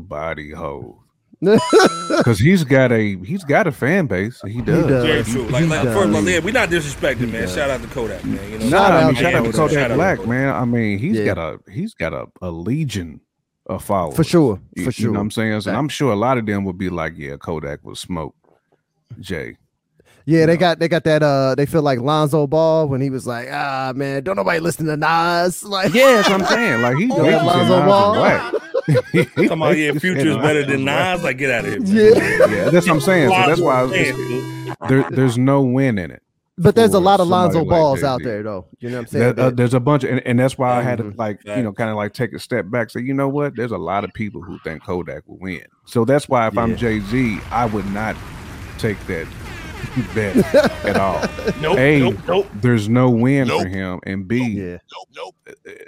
body hoe because he's got a he's got a fan base. He does.
does.
Very
He-
true. Like,
he
like
does.
first of all, yeah, we're not disrespecting, man. Shout out to Kodak, man. You know,
Nah, I mean,
Shout out
shout out to
Kodak.
Kodak Black, man. I mean, he's
Yeah.
got a he's got a, a legion of followers
for sure,
You,
for
you
sure.
know what I'm saying? And I'm sure a lot of them would be like, "Yeah, Kodak was smoke." Jay,
yeah, they
know.
got they got that. Uh, they feel like Lonzo Ball when he was like, ah, man, don't nobody listen to Nas. Like,
yeah, that's what I'm saying. Like he, they
that
just
Lonzo
said Nas
Ball.
was black.
Come on, yeah,
They just
Future's
said Nas
better than
was black.
Nas. Like, get out of here. man.
yeah.
Yeah, that's what I'm saying. So that's why I was,
Damn,
it's-
dude.
there, there's no win in it.
But there's a
for
lot of
somebody
Lonzo
like
balls
Jay-Z.
out there, though. You know what I'm saying?
That, uh, there's a bunch, and, and that's why I had to
Mhm.
like you know kind of like take a step back. Say, you know what? There's a lot of people who think Kodak will win. So that's why if
Yeah.
I'm Jay Z, I would not take that bet at all.
Nope,
A,
nope, nope.
There's no win for him, and B,
yeah,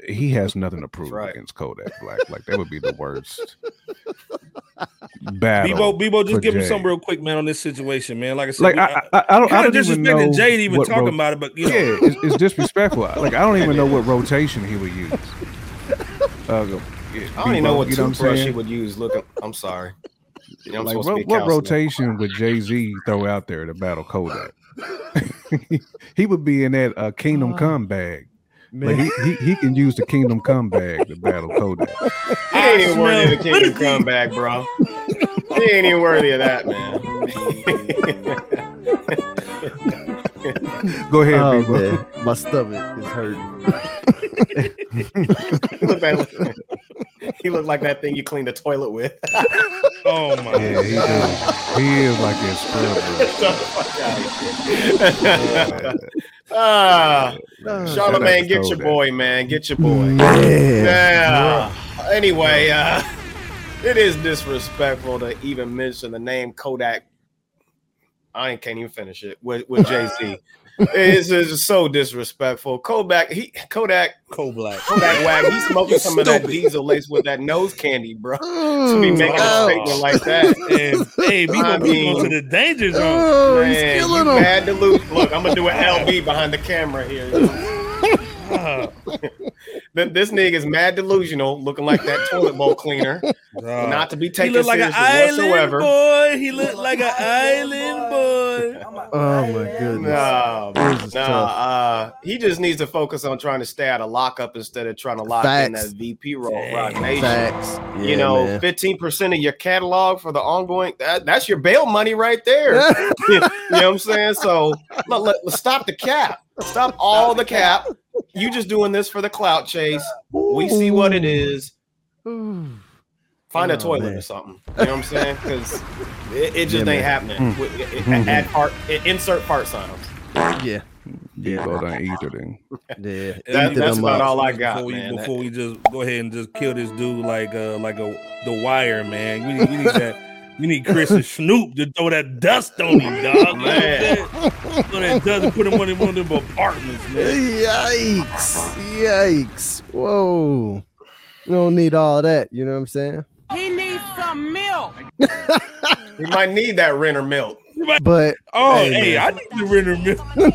he has nothing to prove
right.
against Kodak Black. Like that would be the worst battle.
Bebo, Bebo,
for
just give him
Jay.
some real quick, man, on this situation, man. Like I said,
Like
we-
I, I, I don't, I
kind of
don't even know
disrespected Jade even
what
talking
ro-
about it, but you know,
Yeah, it's, it's disrespectful. like I don't even know what rotation he would use. Uh, go- yeah,
I don't even know
Bebo,
what
you know what I'm
toothbrush she
saying?
would use. Look, I'm sorry. You know, I'm
Like
supposed to be
what,
a
what
counselor.
rotation would Jay Z throw out there to battle Kodak? he would be in that uh, Kingdom Come bag. Like
Man,
he, he, he can use the Kingdom Come bag to battle Kodak.
He ain't even worthy of the
smell
kingdom comeback, bro. He ain't even worthy of that, man.
Go ahead,
oh,
Bebo.
man, my stomach is hurting.
he, looked like, he looked like that thing you clean the toilet with.
oh my
Yeah, he do. He is like a scrub.
Ah,
Shout out
Charlemagne,
to
get your
Kodak.
boy, man. Get your boy.
Mm.
Yeah.
Yeah. Anyway, uh, it is disrespectful to even mention the name Kodak. I ain't- can't even finish it with, with Jay Z. it's just so disrespectful. Kodak, he Kodak,
Cold black.
Kodak Wag, he's smoking some of that diesel laced with that nose candy, bro. To be making a
Oh.
statement like that.
And hey, Bebo,
I
I
mean-
to the danger zone.
Oh, he's
Man, you
killing him.
mad to lose. Look, I'm gonna do an LB behind the camera here.
Ah,
Th- This nigga's mad delusional, looking like that toilet bowl cleaner,
Uh,
God.
not to be
he
taken
looked like an
seriously
island
whatsoever.
boy. He looked like an island boy.
Oh my goodness.
No,
This is
no.
tough.
Uh, he just needs to focus on trying to stay out of lockup instead of trying to lock in
Facts.
that VP role,
Dang.
Rock Nation.
Facts. Yeah,
you know,
man.
fifteen percent of your catalog for the ongoing that, that's your bail money right there. you know what I'm saying? So let, let, us stop the cap. Stop all the cap. You just doing this for the clout chase. We see what it is.
Ooh.
Find a
Oh,
toilet
man.
or something. You know what I'm saying? Because it, it just
Yeah,
ain't
man.
happening.
Mm.
With- it- it-
Mhm.
add part, insert part sounds.
Yeah.
Bebo done either then.
Yeah.
That-
Eat
that's
them
about
up.
all I got,
Before we,
man.
before we just go ahead and just kill this dude like uh like a the wire man. We need, we need that. We need Chris and Snoop to throw that dust on him, dog.
Man.
Throw that dust and put him on one of them apartments, man.
Yikes. Yikes. Whoa. You don't need all that. You know what I'm saying?
He needs some milk.
We might need that renter milk.
But
Oh,
Hey,
hey, I need to render milk.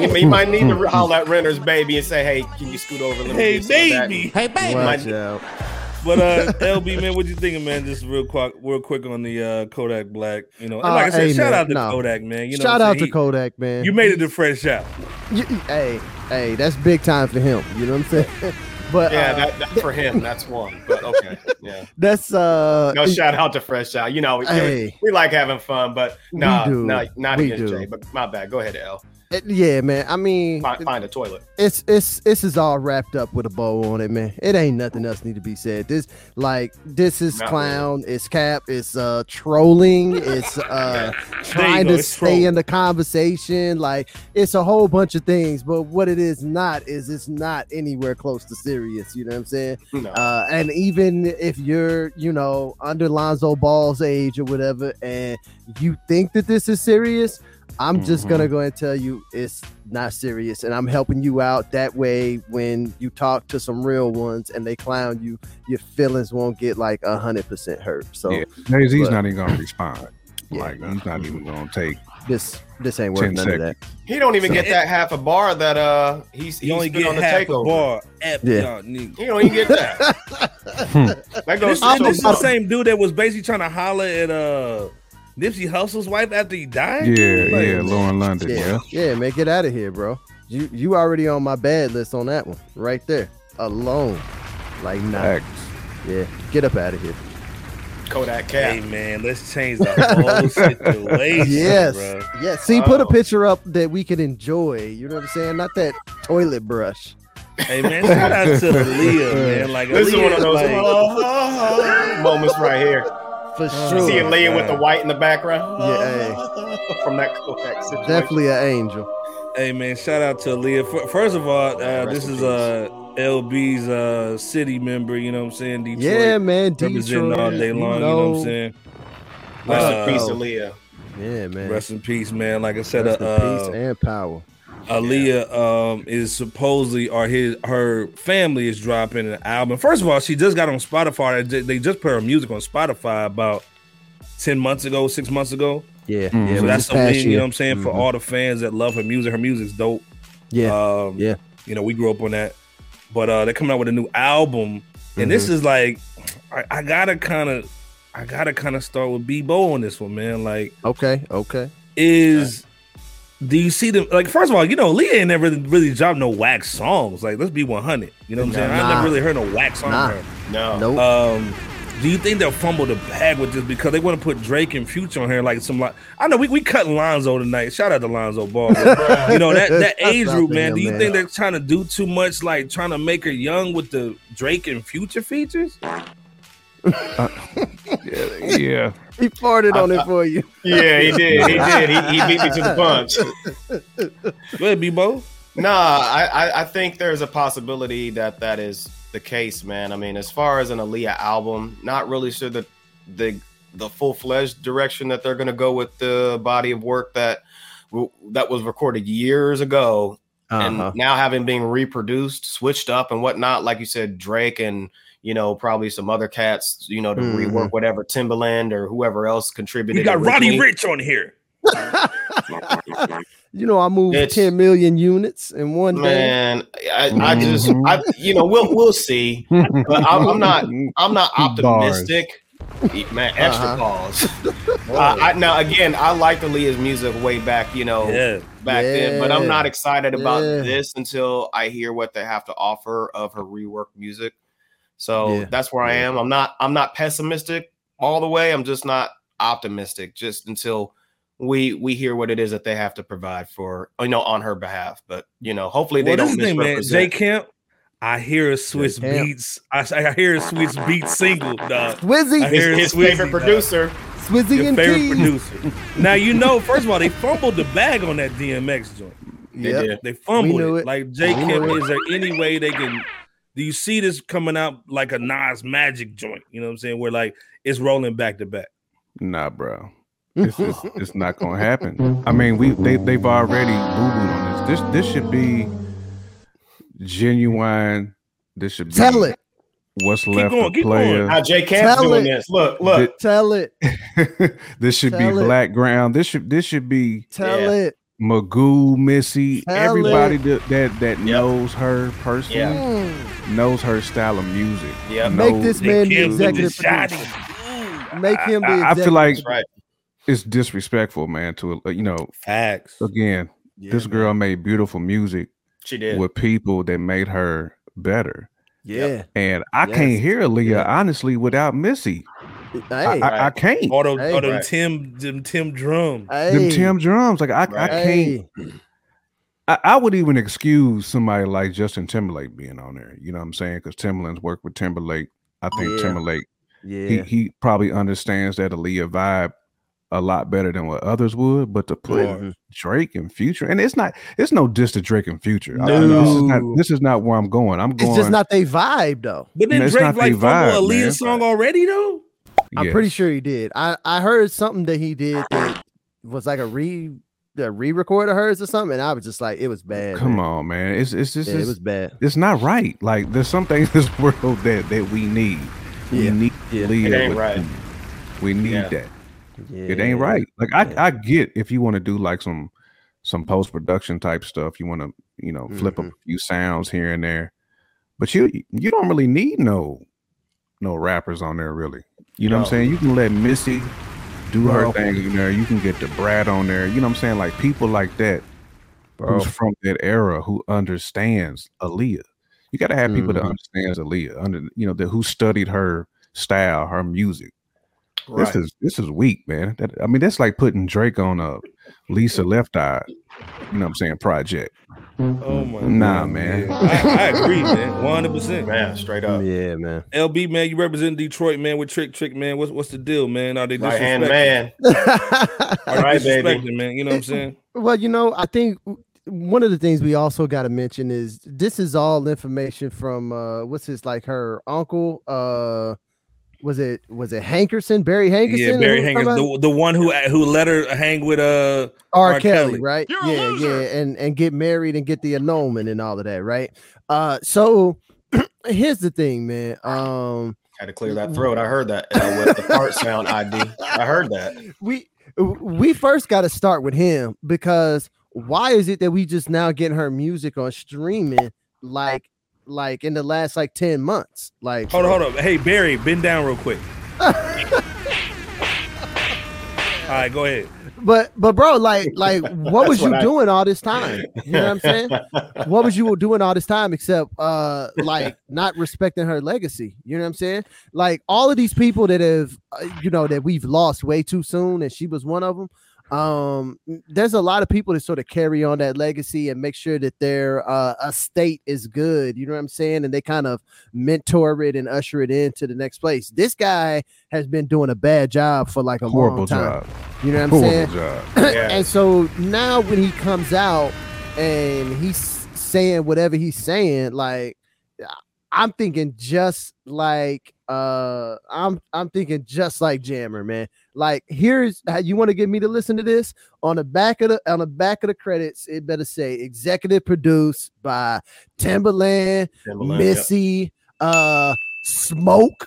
You, you might need to holler at renter's baby and say, "Hey, can you scoot over? Let
Hey,
me get some of that."
baby.
Hey, baby.
watch out.
But uh, LB man, what you thinking, man? Just real quick, real quick on the uh, Kodak Black. You know, and
Uh,
like I said,
hey,
shout
man,
out to
no.
Kodak, man. You know,
Shout
what I'm
out to
saying? He-
Kodak, man.
You made it to fresh out.
You- you- hey, hey, that's big time for him. You know what I'm saying? But
Yeah,
uh,
that, that for him, that's one. But okay, yeah.
that's uh,
No, shout out to Fresh Out. You know, we-
Hey.
we like having fun, but
We
no,
do.
no, not
We
against
do.
Jay. But my bad. Go ahead, L.
it- yeah, man. I mean,
Find, find a toilet.
it's it's this is all wrapped up with a bow on it, man. It ain't nothing else need to be said. This like this is
Not
clown, it's cap, it's uh trolling, it's uh trying
go,
to
it's
stay
trolling.
in the conversation, like it's a whole bunch of things, but what it is not is it's not anywhere close to serious, you know what I'm saying?
No,
Uh, and even if you're, you know, under Lonzo Ball's age or whatever, and you think that this is serious, I'm just gonna go and tell you it's not serious, and I'm helping you out. That way, when you talk to some real ones and they clown you, your feelings won't get like a hundred percent hurt. So
Yeah. Jay Z's
but-
not even gonna respond.
Yeah.
Like he's not even gonna take.
this this ain't worth
10
none of
seconds.
that.
he don't even get that half a bar that uh he's
You
he's
only
been
get
on the
half a
takeover.
bar. F
Yeah.
y'all niggas.
He don't even get that. that
This,
goes to
this is
show
the
you.
same dude that was basically trying to holler at uh Nipsey Hussle's wife after he died.
Yeah,
Like,
yeah, Lauren London.
Yeah,
Yeah,
yeah, man, get out of here, bro. You you already on my bad list on that one right there alone. Like nah,
facts.
yeah, get up out of here.
Kodak
Hey
Cat.
man, let's change the whole situation.
Yes.
bro.
Yes. See, put a
Oh.
picture up that we can enjoy. You know what I'm saying? Not that toilet brush.
Hey man, shout out to Leah, man. Like
This is one
Aaliyah,
of those
like-
moments right here.
For
You
sure.
see Aaliyah with the white in the background.
Yeah,
from that Kodak situation.
Definitely an angel.
Hey man, shout out to Leah. Fir- First of all, uh,
Rest
this
in
is
peace.
uh LB's uh city member, you know what I'm saying? Detroit.
Yeah, man.
representing
Detroit.
all day
you
long, you know, what I'm saying?
Rest
Uh,
in peace, Aaliyah.
Yeah, man.
Rest in peace, man. Like I said,
Rest
uh,
in peace and power.
Aaliyah um, is supposedly or his her family is dropping an album. First of all, she just got on Spotify. They ju- They just put her music on Spotify about ten months ago, six months ago.
Yeah,
Mm,
yeah.
Mhm.
so
it
that's
was this past
something you
year. Mm-hmm.
know what I'm saying for
Mhm.
all the fans that love her music. Her music's dope.
Yeah,
Um,
yeah.
You know, we grew up on that. But uh, they're coming out with a new album, and
Mm-hmm.
this is like, I, I gotta kind of, I gotta kind of start with Bebo on this one, man. Like,
okay, okay.
is do you see them like first of all you know Leah ain't never really dropped no wax songs like let's be 100 you know what I'm saying I
Nah.
never really heard no wax song
Nah.
from her.
No.
Nope.
um do you think they'll fumble the bag with this because they want to put Drake and Future on here like some like I know we we cut Lonzo tonight shout out to Lonzo Ball but, you know that that
That's
age
not
group
for
man
him,
do you
man.
think they're trying to do too much like trying to make her young with the Drake and Future features
Yeah, yeah.
He farted on it for you.
Yeah, he did. He did. He, he beat me to the punch.
go ahead Bebo
No, I, I, I think there's a possibility that that is the case, man. I mean, as far as an Aaliyah album, not really sure that the the full fledged direction that they're going to go with the body of work that w- that was recorded years ago
Uh-huh.
and now having been reproduced, switched up, and whatnot. Like you said, Drake and you know probably some other cats, you know, to
Mhm.
rework whatever Timbaland or whoever else contributed.
we Mm-hmm. got Roddy
originally.
Rich on here
You know, I moved
It's-
10 million units in one day.
Man, I, I just, I, you know, we'll we'll see. But I'm, I'm not, I'm not optimistic. Man, extra
Uh-huh.
pause. Uh, I, now, again, I liked Aaliyah's music way back, you know,
yeah
back then, but I'm
Yeah.
not excited about
Yeah.
this until I hear what they have to offer of her reworked music. So
Yeah.
that's where I am. I'm not, I'm not pessimistic all the way. I'm just not optimistic just until we we hear what it is that they have to provide for you know on her behalf. But you know, hopefully they
well, this
don't
is the thing, man. Jay
misrepresent.
Camp, I hear a Swiss
Camp.
Beats. I, I hear a Swiss Beats single, dog. I
Swizzy,
hear-
his, his
Swizzy,
favorite
dog.
producer.
Swizzy
Your
and
favorite
T.
producer. Now you know. First of all, they fumbled the bag on that DMX joint.
Yep.
They fumbled
knew
it.
it.
Like Jay
We
Camp,
knew it.
is there any way they can? Do you see this coming out like a Nas Magic joint? You know what I'm saying? Where like it's rolling back to back.
Nah, bro. It's, it's, it's not gonna happen. I mean, we they they've already boo booed on this. This this should be genuine. This should be
Tell it.
what's
Keep
left
going,
of
keep
player.
How Jay Camp's
Tell
doing
it.
this. Look, look.
Tell it.
this should
Tell
be
it.
black ground. This should this should be
Tell
Yeah.
it.
Magoo, Missy,
Tell
everybody that that, that knows her personally
Yeah.
Mm.
knows her style of music.
Yeah.
knows-
Make this
They
man the
killed him with
executive
Shoddy.
producer. Make him the
I- I- I feel
executive
like-
That's right.
It's disrespectful, man. To uh, you know,
Facts.
again,
Yeah,
this
man.
girl made beautiful music
She did.
with people that made her better.
Yeah.
And I
Yes.
can't hear Aaliyah
Yeah.
honestly without Missy. I,
Hey.
I, I can't.
All those,
Hey,
all them
right.
Tim, them Tim drum.
Them
hey.
Tim drums, like I, I
Right.
can't.
Hey.
I, I would even excuse somebody like Justin Timberlake being on there. You know what I'm saying? Because Timberlake's worked with Timberlake. I think
Yeah.
Timberlake he,
Yeah.
he probably understands that Aaliyah vibe a lot better than what others would. But to put
Mhm.
Drake and Future, and it's not it's no diss to Drake and Future. I- I-
No.
this is not this is not where I'm going. I'm going.
It's just not they vibe though.
But then
Man, it's
Drake
not
like
they vibe,
fumbled
man.
Aaliyah's song already though.
I'm
yes.
pretty sure he did. I, I heard something that he did that was like a re a re-record of hers or something. And I was just like, it was bad.
Come
man.
on, man. It's it's just
Yeah, it was bad.
it's not right. Like there's some things in this world that that we need. We
Yeah.
need
Yeah.
Leah
It ain't
with
right.
them. We need
Yeah.
that.
Yeah.
It ain't right. Like I,
Yeah.
I get if you want to do like some some post production type stuff, you want to you know flip
Mm-hmm.
a few sounds here and there, but you you don't really need no no rappers on there really. You know what
No.
I'm saying? You can let Missy do her
Bro.
thing in there. You can get the Brad on there. You know what I'm saying? Like people like that who's from that era who understands Aaliyah. You got to have people that
Mhm.
understands Aaliyah, under you know that who studied her style, her music.
Right.
This is this is weak, man. That, I mean, that's like putting Drake on a Lisa Left Eye, you know what I'm saying, project.
Oh my.
Nah,
God,
man.
I, I agree, man. One hundred percent,
Man, straight up.
Yeah, man.
LB man, you represent Detroit, man. With Trick Trick, man. What's what's the deal, man? Are they
Right hand
disrespecting?
man.
Are they
Right, baby.
disrespecting, man? You know what I'm saying?
well, you know, I think one of the things we also got to mention is this is all information from uh what's his like her uncle uh was it was it Hankerson, Barry Hankerson?
yeah, Barry Hanger, the, the one who who let her hang with uh
R.
R.
Kelly,
Kelly.
right?
You're a
yeah,
loser.
yeah, and and get married and get the annulment and all of that, right? Uh, so here's the thing, man. Um,
Had to clear that throat. I heard that uh, with the fart sound ID. I heard that.
we we first got to start with him because why is it that we just now getting her music on streaming like like in the last like ten months? Like,
Hold on, hold on. Hey Barry, bend down real quick. All right, go ahead.
but but bro, like like what was
That's
you
what I-
doing all this time? You know what I'm saying? what was you doing all this time except uh like not respecting her legacy you know what i'm saying like all of these people that have uh, you know that we've lost way too soon and she was one of them um there's a lot of people that sort of carry on that legacy and make sure that their uh estate is good you know what i'm saying and they kind of mentor it and usher it into the next place this guy has been doing a bad job for like a
Horrible
long time
job.
you know what i'm saying
Horrible job.
Yeah.
and so now when he comes out and he's saying whatever he's saying, like I'm thinking just like uh I'm I'm thinking just like Jammer, man. Like here's how you want to get me to listen to this on the back of the on the back of the credits, it better say executive produced by Timberland,
Timberland, yeah.
Missy, uh Smoke.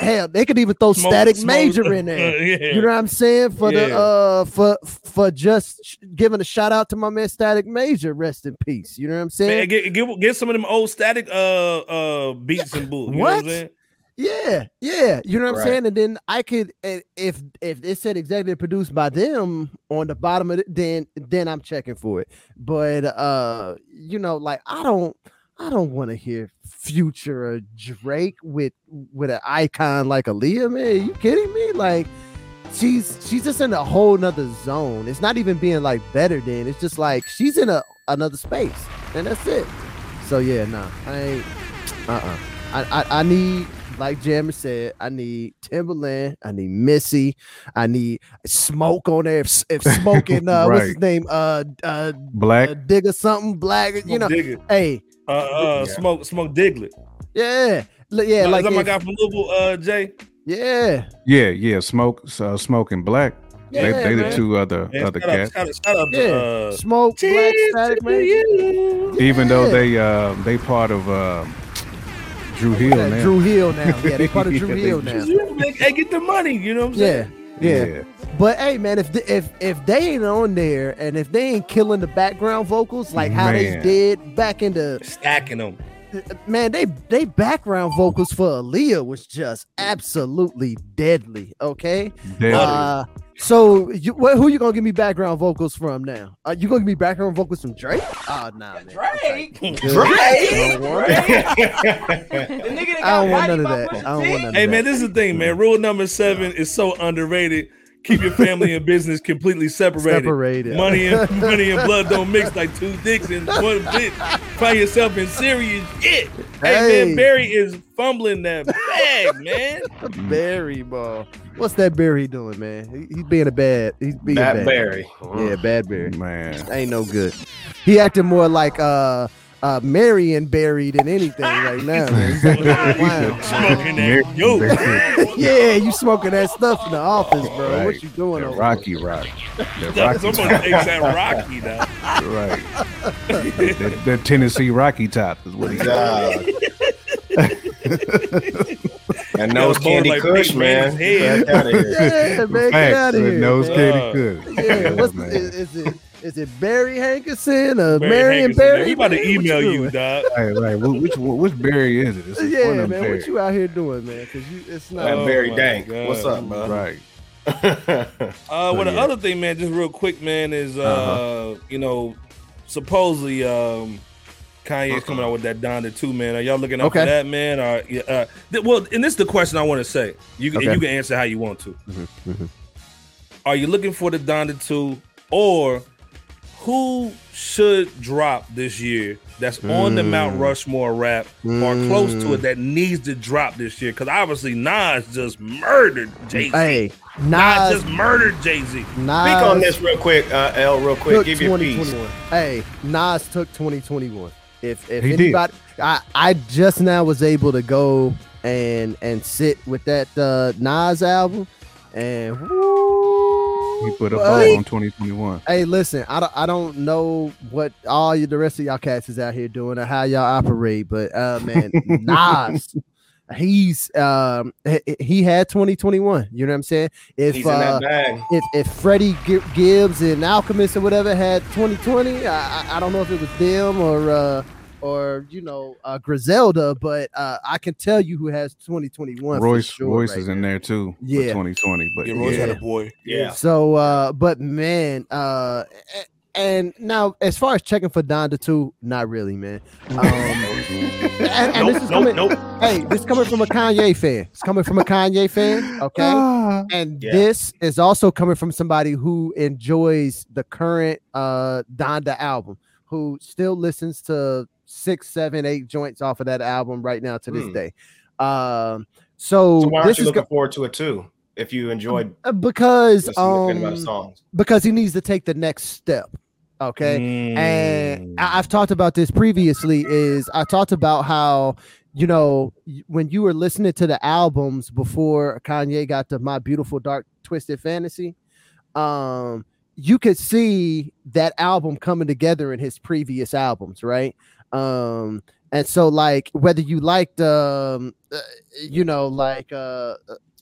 Hell, they could even throw
Smoke-
Static
smoke-
Major in there.
yeah.
You know what I'm saying? For the
Yeah.
uh for for just sh- giving a shout out to my man Static Major, rest in peace. You know what I'm
Man,
saying?
get, get get some of them old static uh uh beats and bull. You know what?
What?
I'm saying?
yeah, yeah. You know what I'm
Right.
saying? And then I could i- if if it said executive produced by them on the bottom of it, then then I'm checking for it. But uh, you know, like I don't I don't want to hear future or Drake with with an icon like Aaliyah, man. You kidding me? Like she's she's just in a whole nother zone. It's not even being like better than. It's just like she's in a another space, and that's it. So yeah, nah, I ain't. Uh, uh I, I I need like Jammer said. I need Timberland. I need Missy. I need Smoke on there. If if smoking uh, what's his
Right.
name uh uh,
Black.
uh Digger something black, you
Smoke
know.
Digger.
Hey,
Uh, uh,
Yeah.
smoke smoke Diglett.
yeah, li- yeah,
Is
like
that my
if-
guy from Louisville, uh, Jay?
yeah,
Yeah, yeah. Smoke, uh, smoke, and black. they
Yeah,
they
man.
the two other
Man,
other
shout, out,
cats.
shout, out, shout out to
Yeah.
uh,
Smoke Black
Cheers
Static
to
Major.
you.
Even though
Yeah.
they uh, they part of uh, Drew Hill
Yeah,
now.
Drew Hill now. Yeah, they part of
Yeah,
Drew
they-
Hill now.
You make- Hey, get the money. You know what I'm saying?
Yeah, yeah. But hey, man, if the, if if they ain't on there and if they ain't killing the background vocals like how they
Man.
did back in the
Stacking them.
man, they they background vocals for Aaliyah was just absolutely deadly. Okay,
Deadly.
uh, so you, wh- who you gonna give me background vocals from now? Are you gonna give me background vocals from Drake? Oh nah, man.
Drake. Drake.
I don't want, I
The nigga that
don't
got
want none
bodied
of
by
that. I
Pusha
don't want
T.
none of
Hey
that.
man, this is the thing, man. Rule number seven is so underrated. Keep your family and business completely separated.
Separated.
Money and money and blood don't mix like two dicks in one bitch. Find yourself in serious shit. Hey,
Hey.
man, Barry is fumbling that bag, man.
Barry, bro. What's that Barry doing, man? He, he's being a bad. He's being
That
bad.
Barry.
Yeah, bad Barry.
man.
Ain't no good. He acting more like uh uh Mary and Barry than anything right now. man. He's acting like a clown.
Smoking that yo.
yeah, you smoking that stuff in the office, bro. What
Right.
you doing
That
over
Rocky Rock. That Rocky
Someone
top.
takes that Rocky now.
Right. that, that Tennessee Rocky top is what he got.
God. and
Got a
nose
bowl
candy
like
Kush,
Big Man
man.
in his head.
Get outta here.
there? Yeah, man, get
Facts,
out of
that
here.
Nose
man.
Uh,
candy good.
Yeah, what's
man.
is, is it? Is it Barry Hankerson or
Barry
Mary and
Hankerson, man.
Barry?
We about to
man? What
email you,
doing?
dog.
Right, right. Wh- Which one- which berry is it? It's just
Yeah,
one of
man,
them
what you out here doing, man? Cause you, it's not.
That
Oh
Barry
my
Dank.
God.
What's up,
berries.
bro?
Right.
Uh, well, the
yeah.
other thing, man, just real quick, man, is uh,
Uh-huh.
you know, supposedly um, Kanye's coming out with that Donda too, man. Are y'all looking out for
Uh-uh. Okay.
that, man? Or yeah, uh, th- well, and this is the question I want to say. You and
Okay. Mm-hmm.
you can answer how you want to. Are you looking for the Donda two, or who should drop this year? That's on the
Mm.
Mount Rushmore rap or close to it that needs to drop this year because obviously Nas just murdered Jay Z.
Hey,
Nas
Nas,
just murdered Jay Z.
Nas
Speak on this real quick, uh, L. Real quick,
took
give your piece.
2021. Hey, Nas took 2021. If if
He did.
anybody, I I just now was able to go and and sit with that uh, Nas album, and woo,
He put up
Well,
on
he-
2021.
Hey, listen, I don't, I don't know what all you, the rest of y'all cats is out here doing or how y'all operate, but uh, man, Nas, he's um, he, he had 2021. You know what I'm saying? If
He's in
uh,
that bag.
if if Freddie Gi- Gibbs and Alchemist or whatever had 2020, I, I- I don't know if it was them or uh, or you know uh, Griselda, but uh, I can tell you who has 2021. for
Royce
sure
Royce
right
is in there too.
Yeah.
Yeah, 2020. But
Yeah,
yeah,
Royce had a
Yeah.
boy.
Yeah.
So, uh, but man, uh, a- and now as far as checking for Donda too, not really, man. Um, and, and this is coming, Hey, this coming from a Kanye fan. It's coming from a Kanye fan,
Uh,
okay?
Ah.
And
Yeah.
this is also coming from somebody who enjoys the current uh Donda album, who still listens to six, seven, eight joints off of that album right now to this
Hmm.
day. Um, so,
So why aren't
this
you
is
looking
go- uh,
forward to it too? If you enjoyed
because
listening to
um,
about songs,
because he needs to take the next step. Okay. And I- I've talked about this previously, is I talked about how you know y- when you were listening to the albums before Kanye got to My Beautiful Dark Twisted Fantasy, um, you could see that album coming together in his previous albums, right? Um, and so like whether you liked um uh, you know like uh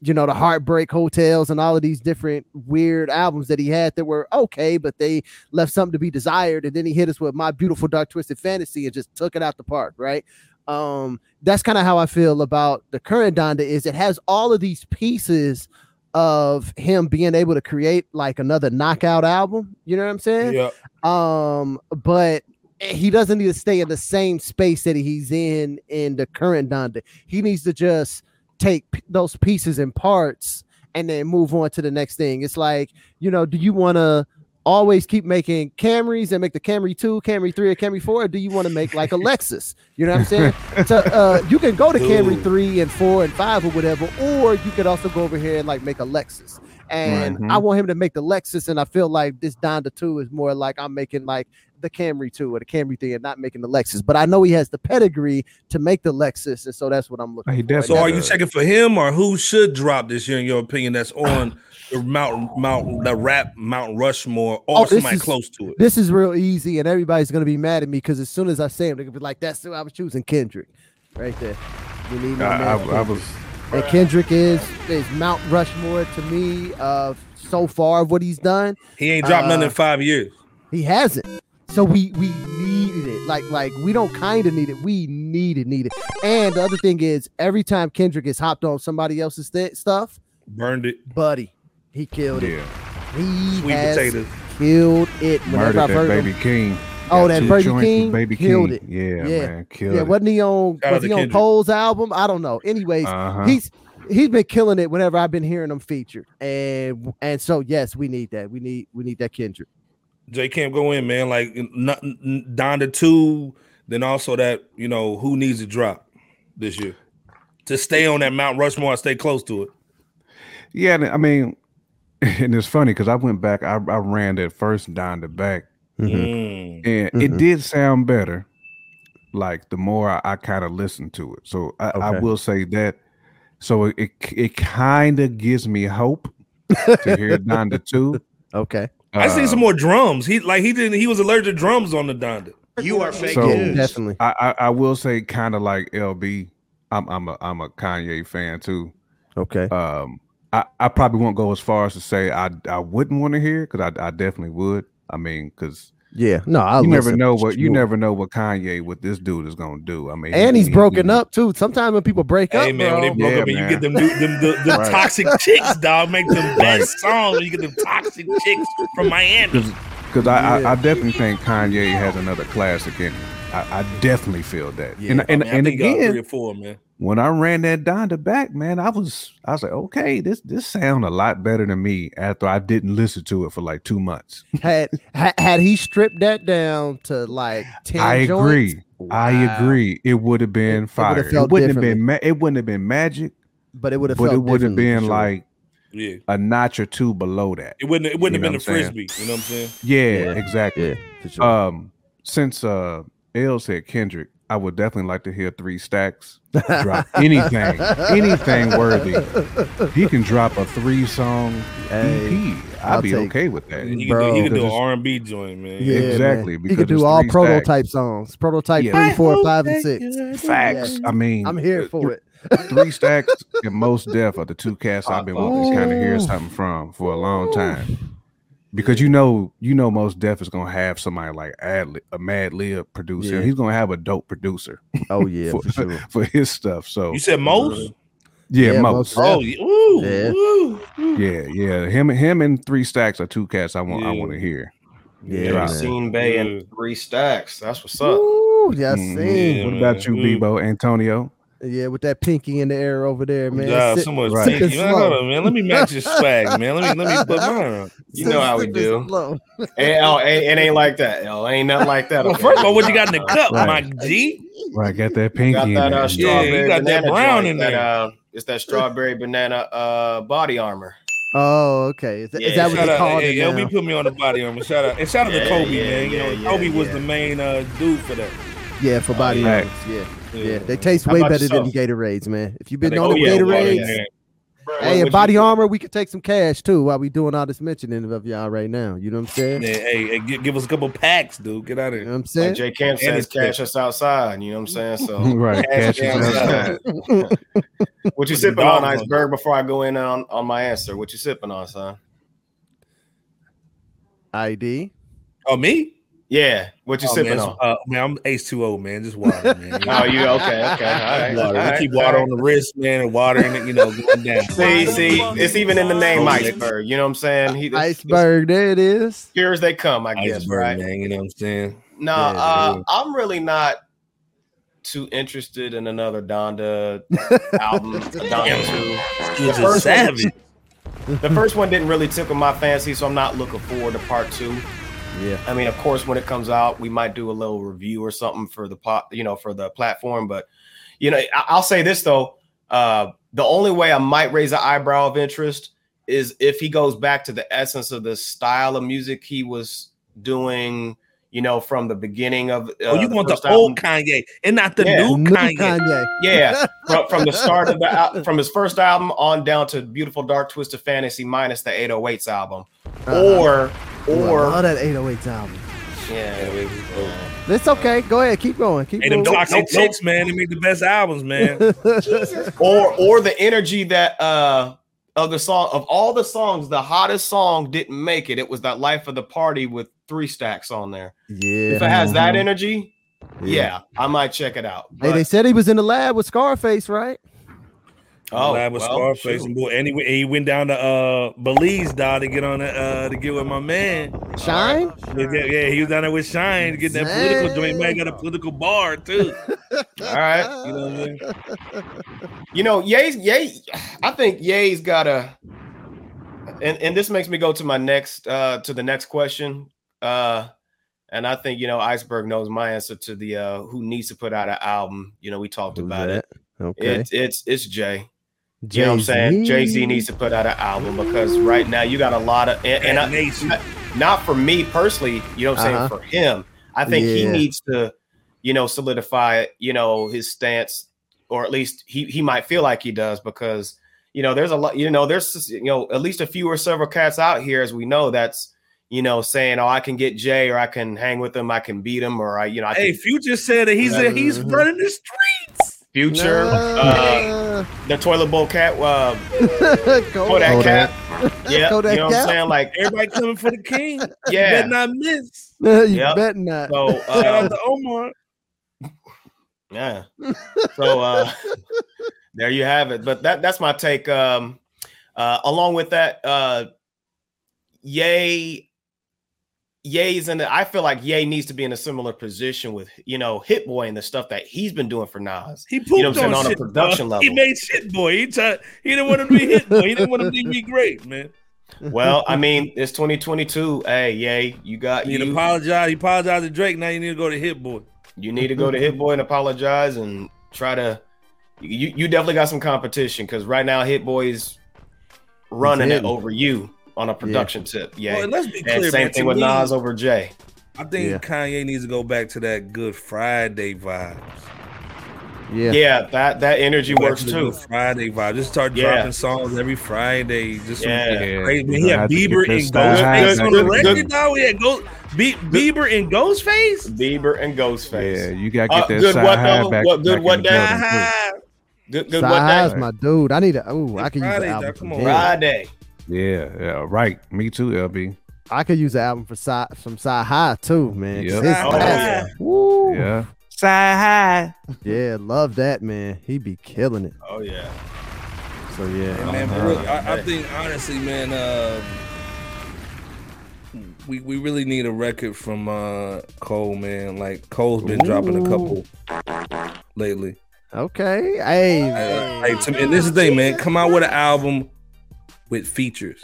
you know the heartbreak hotels and all of these different weird albums that he had that were okay but they left something to be desired and then he hit us with my beautiful dark twisted fantasy and just took it out the park right um that's kind of how i feel about the current donda is it has all of these pieces of him being able to create like another knockout album you know what i'm saying
Yeah.
um but he doesn't need to stay in the same space that he's in in the current Donda. He needs to just take p- those pieces and parts and then move on to the next thing. It's like, you know, do you want to always keep making Camrys and make the Camry 2, Camry 3 or Camry 4 or do you want to make like a Lexus? You know what I'm saying? so uh you can go to Camry
Dude.
3 and 4 and 5 or whatever or you could also go over here and like make a Lexus. And
Mm-hmm.
I want him to make the Lexus and I feel like this Donda 2 is more like I'm making like the Camry 2 or the Camry 3 and not making the Lexus. But I know he has the pedigree to make the Lexus and so that's what I'm looking
He
for.
definitely
So are you
does.
checking for him or who should drop this year in your opinion? That's
Uh,
on the Mount Mount the rap Mount Rushmore or
Oh, this
somebody
is-
close to it.
This is real easy, and everybody's gonna be mad at me because as soon as I say him, they're gonna be like, "That's who I was choosing, Kendrick." Right there, you need my
I,
man.
I, I
Kendrick.
was
and Kendrick is is Mount Rushmore to me of so far of what he's done.
He ain't dropped nothing
uh,
in five years.
He hasn't. So we we needed it. Like like we don't kind of need it. We need it, need it. And the other thing is, every time Kendrick is hopped on somebody else's th- stuff,
Burned it.
buddy, he killed it.
yeah
He
Sweet
has
potatoes.
killed it. Whenever
murdered
I've
that
heard him,
baby king.
oh
Got
that
two
Burger
joints with
King
baby
killed
king.
it.
Yeah,
Yeah.
man, killed
Yeah,
it.
wasn't he on
Shout out
was
to
he on
Kendrick.
Cole's album? I don't know. Anyways,
Uh-huh.
he's he's been killing it whenever I've been hearing him featured. And and so yes, we need that. We need we need that Kendrick.
J Camp go in, man. Like not, Donda two, then also that you know who needs to drop this year to stay on that Mount Rushmore and stay close to it.
Yeah, and I mean, and it's funny because I went back, I, I ran that first Donda back,
Mm-hmm.
Mm-hmm.
Mm.
and it did sound better. Like the more I, I kind of listened to it, so I, I
Okay.
will say that. So it it, it kind of gives me hope to hear Donda two.
Okay.
I see
Uh,
some more drums. He like he didn't. He was allergic to drums on the Donda.
you are fake
So-
Yeah,
news.
definitely.
I, I I will say kind of like LB. I'm I'm a I'm a Kanye fan too.
Okay.
Um, I, I probably won't go as far as to say I I wouldn't want to hear because I I definitely would. I mean, because
Yeah. No, I
you never know what you never know what Kanye what this dude is gonna do. I mean,
and
he-
he's
he-
broken
he-
up too. Sometimes when people break
Hey
up,
man, when they
bro,
broke
Yeah,
up and you
man.
get them, new, them the, the
Right.
toxic chicks, dog, make them best songs. You get them toxic chicks from Miami.
Because I,
Yeah.
I, I definitely think Kanye has another classic in him. I, I definitely feel that.
Yeah.
And and,
I mean, I
and
think y'all three
again,
or four, man.
when I ran that Donda back, man, I was I was like, okay, this this sound a lot better than me after I didn't listen to it for like two months.
had, had had he stripped that down to like ten,
I
joints,
agree. I
Wow.
agree. It would have
It- it
been
would've
fire. It,
felt
wouldn't have been. Ma- it wouldn't have been magic.
but it would have
but
felt.
it would have
differently for
been
sure.
like
Yeah,
a notch or two below that.
it wouldn't. It wouldn't
You
have
know
been a
what I'm
frisbee. You know what I'm saying?
Yeah, exactly.
yeah, for sure.
Um, since uh, L said Kendrick, I would definitely like to hear Three Stacks drop anything, anything worthy. He can drop a three song
Hey,
EP.
I'll
I'll be
take-
okay with that.
He can
Bro.
do, he can do an
Because it's-
R and B joint, man.
Yeah, man.
Exactly,
He
because
could do
it's
all
three stacks.
prototype songs. Prototype
Yeah.
three, four, five, and six.
Facts. I mean,
I'm here
uh,
for it.
Three Stacks and Most Def are the two cats I've been wanting to kind of hear something from for a long time. Because you know, you know, Most Def is gonna have somebody like ad Lib- a Mad Lib producer.
Yeah.
He's gonna have a dope producer
Oh yeah,
for,
for sure.
for his stuff. So
You said most?
yeah,
Yeah,
Most.
Mos Def.
Oh, yeah. Ooh,
Yeah.
ooh.
Yeah, yeah. Him, him, and Three Stacks are two cats I want. I
Yeah.
want to hear.
Yeah,
Drop.
man.
Seen Bay
Yeah.
and three stacks. That's what's up.
Ooh, yes,
Mhm.
same.
Yeah,
what about you,
man. Mm.
Bebo Antonio?
Yeah, with that pinky in the air over there, man.
Yeah,
Sit-
someone's
right.
sipping
thinking, man, hold
slow.
on, man. Let me match your swag, man. Let me let me put mine on.
You know how we
Sipping
do.
slow.
Hey, oh, ain't- it ain't like that. Yo. Ain't nothing like that.
Well,
okay?
first of all, what you got in the cup,
Right.
my G?
Right, got that
You
pinky.
got
in
that
there.
uh, strawberry
you got that
banana
brown
joint,
in
that,
there.
uh, it's that strawberry banana uh, body armor.
Oh, okay. Is that, is
Yeah,
that what
Shout
they
out,
called
hey,
it? now?
LB put me on the body armor. Shout out, and shout out to
Yeah,
Kobe,
yeah,
man. You know,
yeah,
Kobe
yeah,
was
yeah.
the main uh, dude for that.
Yeah, for body
yeah.
armors. Yeah. yeah, they taste
How
way
about
better than
yourself?
Gatorades, man. If you've been
They-
on
oh,
the
yeah, well,
Gatorades,
yeah.
hey, and body armor, we could take some cash too while we doing all this mentioning of y'all right now. You know what I'm saying?
Yeah, hey, hey, give, give us a couple packs, dude. Get out of
You
here.
know what I'm saying?
Like Jay Camp
And
says,
it's thick.
cash us outside. You know what I'm saying? So,
right,
Cash
cash is
down.
outside.
what
the
you sipping
dog
on,
on.
Iceberg? Before I go in on, on my answer, what you sipping on, son?
ID.
Oh, me?
Yeah, what you
oh,
sipping
man,
on?
Uh, man, I'm H2O, man. Just water, man.
Oh, you okay? Okay, all right.
Water.
all
We
right,
keep
all
water
right.
on the wrist, man, and water in it, you know, going down.
See, see, it's even in the name iceberg. You know what I'm saying? He, it's- it's
Iceberg, there it is.
Pure as they come, I guess.
Iceberg,
right?
man. You know what I'm saying?
No,
Yeah,
uh,
dude.
I'm really not too interested in another Donda album. a Donda
You
first one-
just savage.
two. The first one didn't really tickle my fancy, so I'm not looking forward to part two.
Yeah.
I mean, of course, when it comes out, we might do a little review or something for the pot, you know, for the platform. But you know, I- I'll say this though: uh, the only way I might raise an eyebrow of interest is if he goes back to the essence of the style of music he was doing, you know, from the beginning of. Uh,
oh, you want the
first album.
old Kanye and not the
Yeah.
new,
New
Kanye.
Kanye.
Yeah, from, from the start of the al- from his first album on down to "Beautiful Dark Twisted Fantasy" minus the 808s album,
Uh-huh.
or
Ooh, I love
or
that 808 album.
yeah,
baby.
It's okay. Go ahead. Keep going. Keep
Hey,
going.
them toxic
nope,
chicks, man. They make the best albums, man.
or or the energy that uh of the song of all the songs, the hottest song didn't make it. It was that "Life of the Party" with three stacks on there. If it
yeah.
has that energy,
Yeah.
yeah, I might check it out.
Hey, they
But-
said he was in the lab with Scarface, right?
oh,
Live with
well,
Scarface
shoot.
and boy, and he, went- and he went down to uh, Belize, dog, to get on the, uh, to get with my man.
Oh,
Shine.
Yeah, yeah, he was down there with Shine to get that political joint. Man, got a political bar too.
All right.
You know what I mean?
You know, Ye's Ye, I think Ye's got a and, and this makes me go to my next uh to the next question. Uh and I think you know Iceberg knows my answer to the uh who needs to put out an album. You know, we talked about it.
Okay.
It's it's it's Jay. You know what I'm saying? Jay-Z needs to put out an album because right now you got a lot of and,
And
and I,
Nation.
not for me personally, you know what I'm saying,
Uh-huh.
for him. I think he
Yeah.
needs to, you know, solidify, you know, his stance, or at least he he might feel like he does because you know, there's a lot, you know, there's you know, at least a few or several cats out here, as we know, that's you know, saying, Oh, I can get Jay or I can hang with him, I can beat him, or I, you know, I
Hey,
can
Future said that he's a, he's
Mhm.
running the streets.
future, uh, the toilet bowl cat, uh Kodak,
Kodak.
cat. Yeah,
Kodak
you know what
Cat.
I'm saying? Like,
Everybody coming for the king. Better
yeah.
not miss.
you
Yep.
bet not.
So
Shout
uh,
out to Omar.
Yeah. So uh there you have it. But that that's my take. Um uh along with that, uh Yay Yay's in the I feel like Yay needs to be in a similar position with you know Hit Boy and the stuff that he's been doing for Nas.
He pooped
You know what I'm
on,
saying? On a
shit,
production
bro. He
level.
made shit boy. He tried, he didn't want him to be hit boy. He didn't want him to be great, man.
Well, I mean, it's 2022. Hey, Yay, you got
He
you,
apologized. He apologized to Drake. Now you need to go to Hit Boy.
you need to go to Hit Boy and apologize and try to you you definitely got some competition because right now Hit Boy's running it
hitting.
over you on a production tip. Yeah.
Well, and let's be
And
clear,
same
man,
thing
to
with
me-
Nas over Jay.
I think
Yeah.
Kanye needs to go back to that Good Friday vibe.
Yeah.
Yeah, that that energy works
Back to the
too.
Good Friday vibe. Just start
Yeah.
dropping songs every Friday. Just some
Yeah.
crazy. Man,
You
he had
have to get
Bieber
this
and
stuff
Ghostface
happening.
on the
Good-
record
good-
now. We had Ghost Be- Bieber and Ghostface.
Bieber and
Yeah,
Ghostface.
you gotta
Uh,
get that
good
side
what
high
though?
back.
What- good
back in
what
the
day?
building,
Ha
too.
ha.
Good, good what
Size,
that?
my dude. I need a. Oh, I can use
Friday,
an album.
dog. Come
for
on.
him.
Friday.
Yeah, yeah, right. Me too, LB.
I could use an album for side from side high too, man. 'cause
Yep.
his
Side
Oh,
last-
High.
yeah.
Woo. Yeah.
Yeah,
love that man. He be killing it.
Oh, yeah.
So yeah,
Man,
Uh-huh.
but really, I, I think honestly, man, uh, we we really need a record from uh, Cole, man. Like Cole's been dropping a couple lately.
okay. Hey, man.
Uh, like, to me- and this is the thing, man. Come out with an album with features.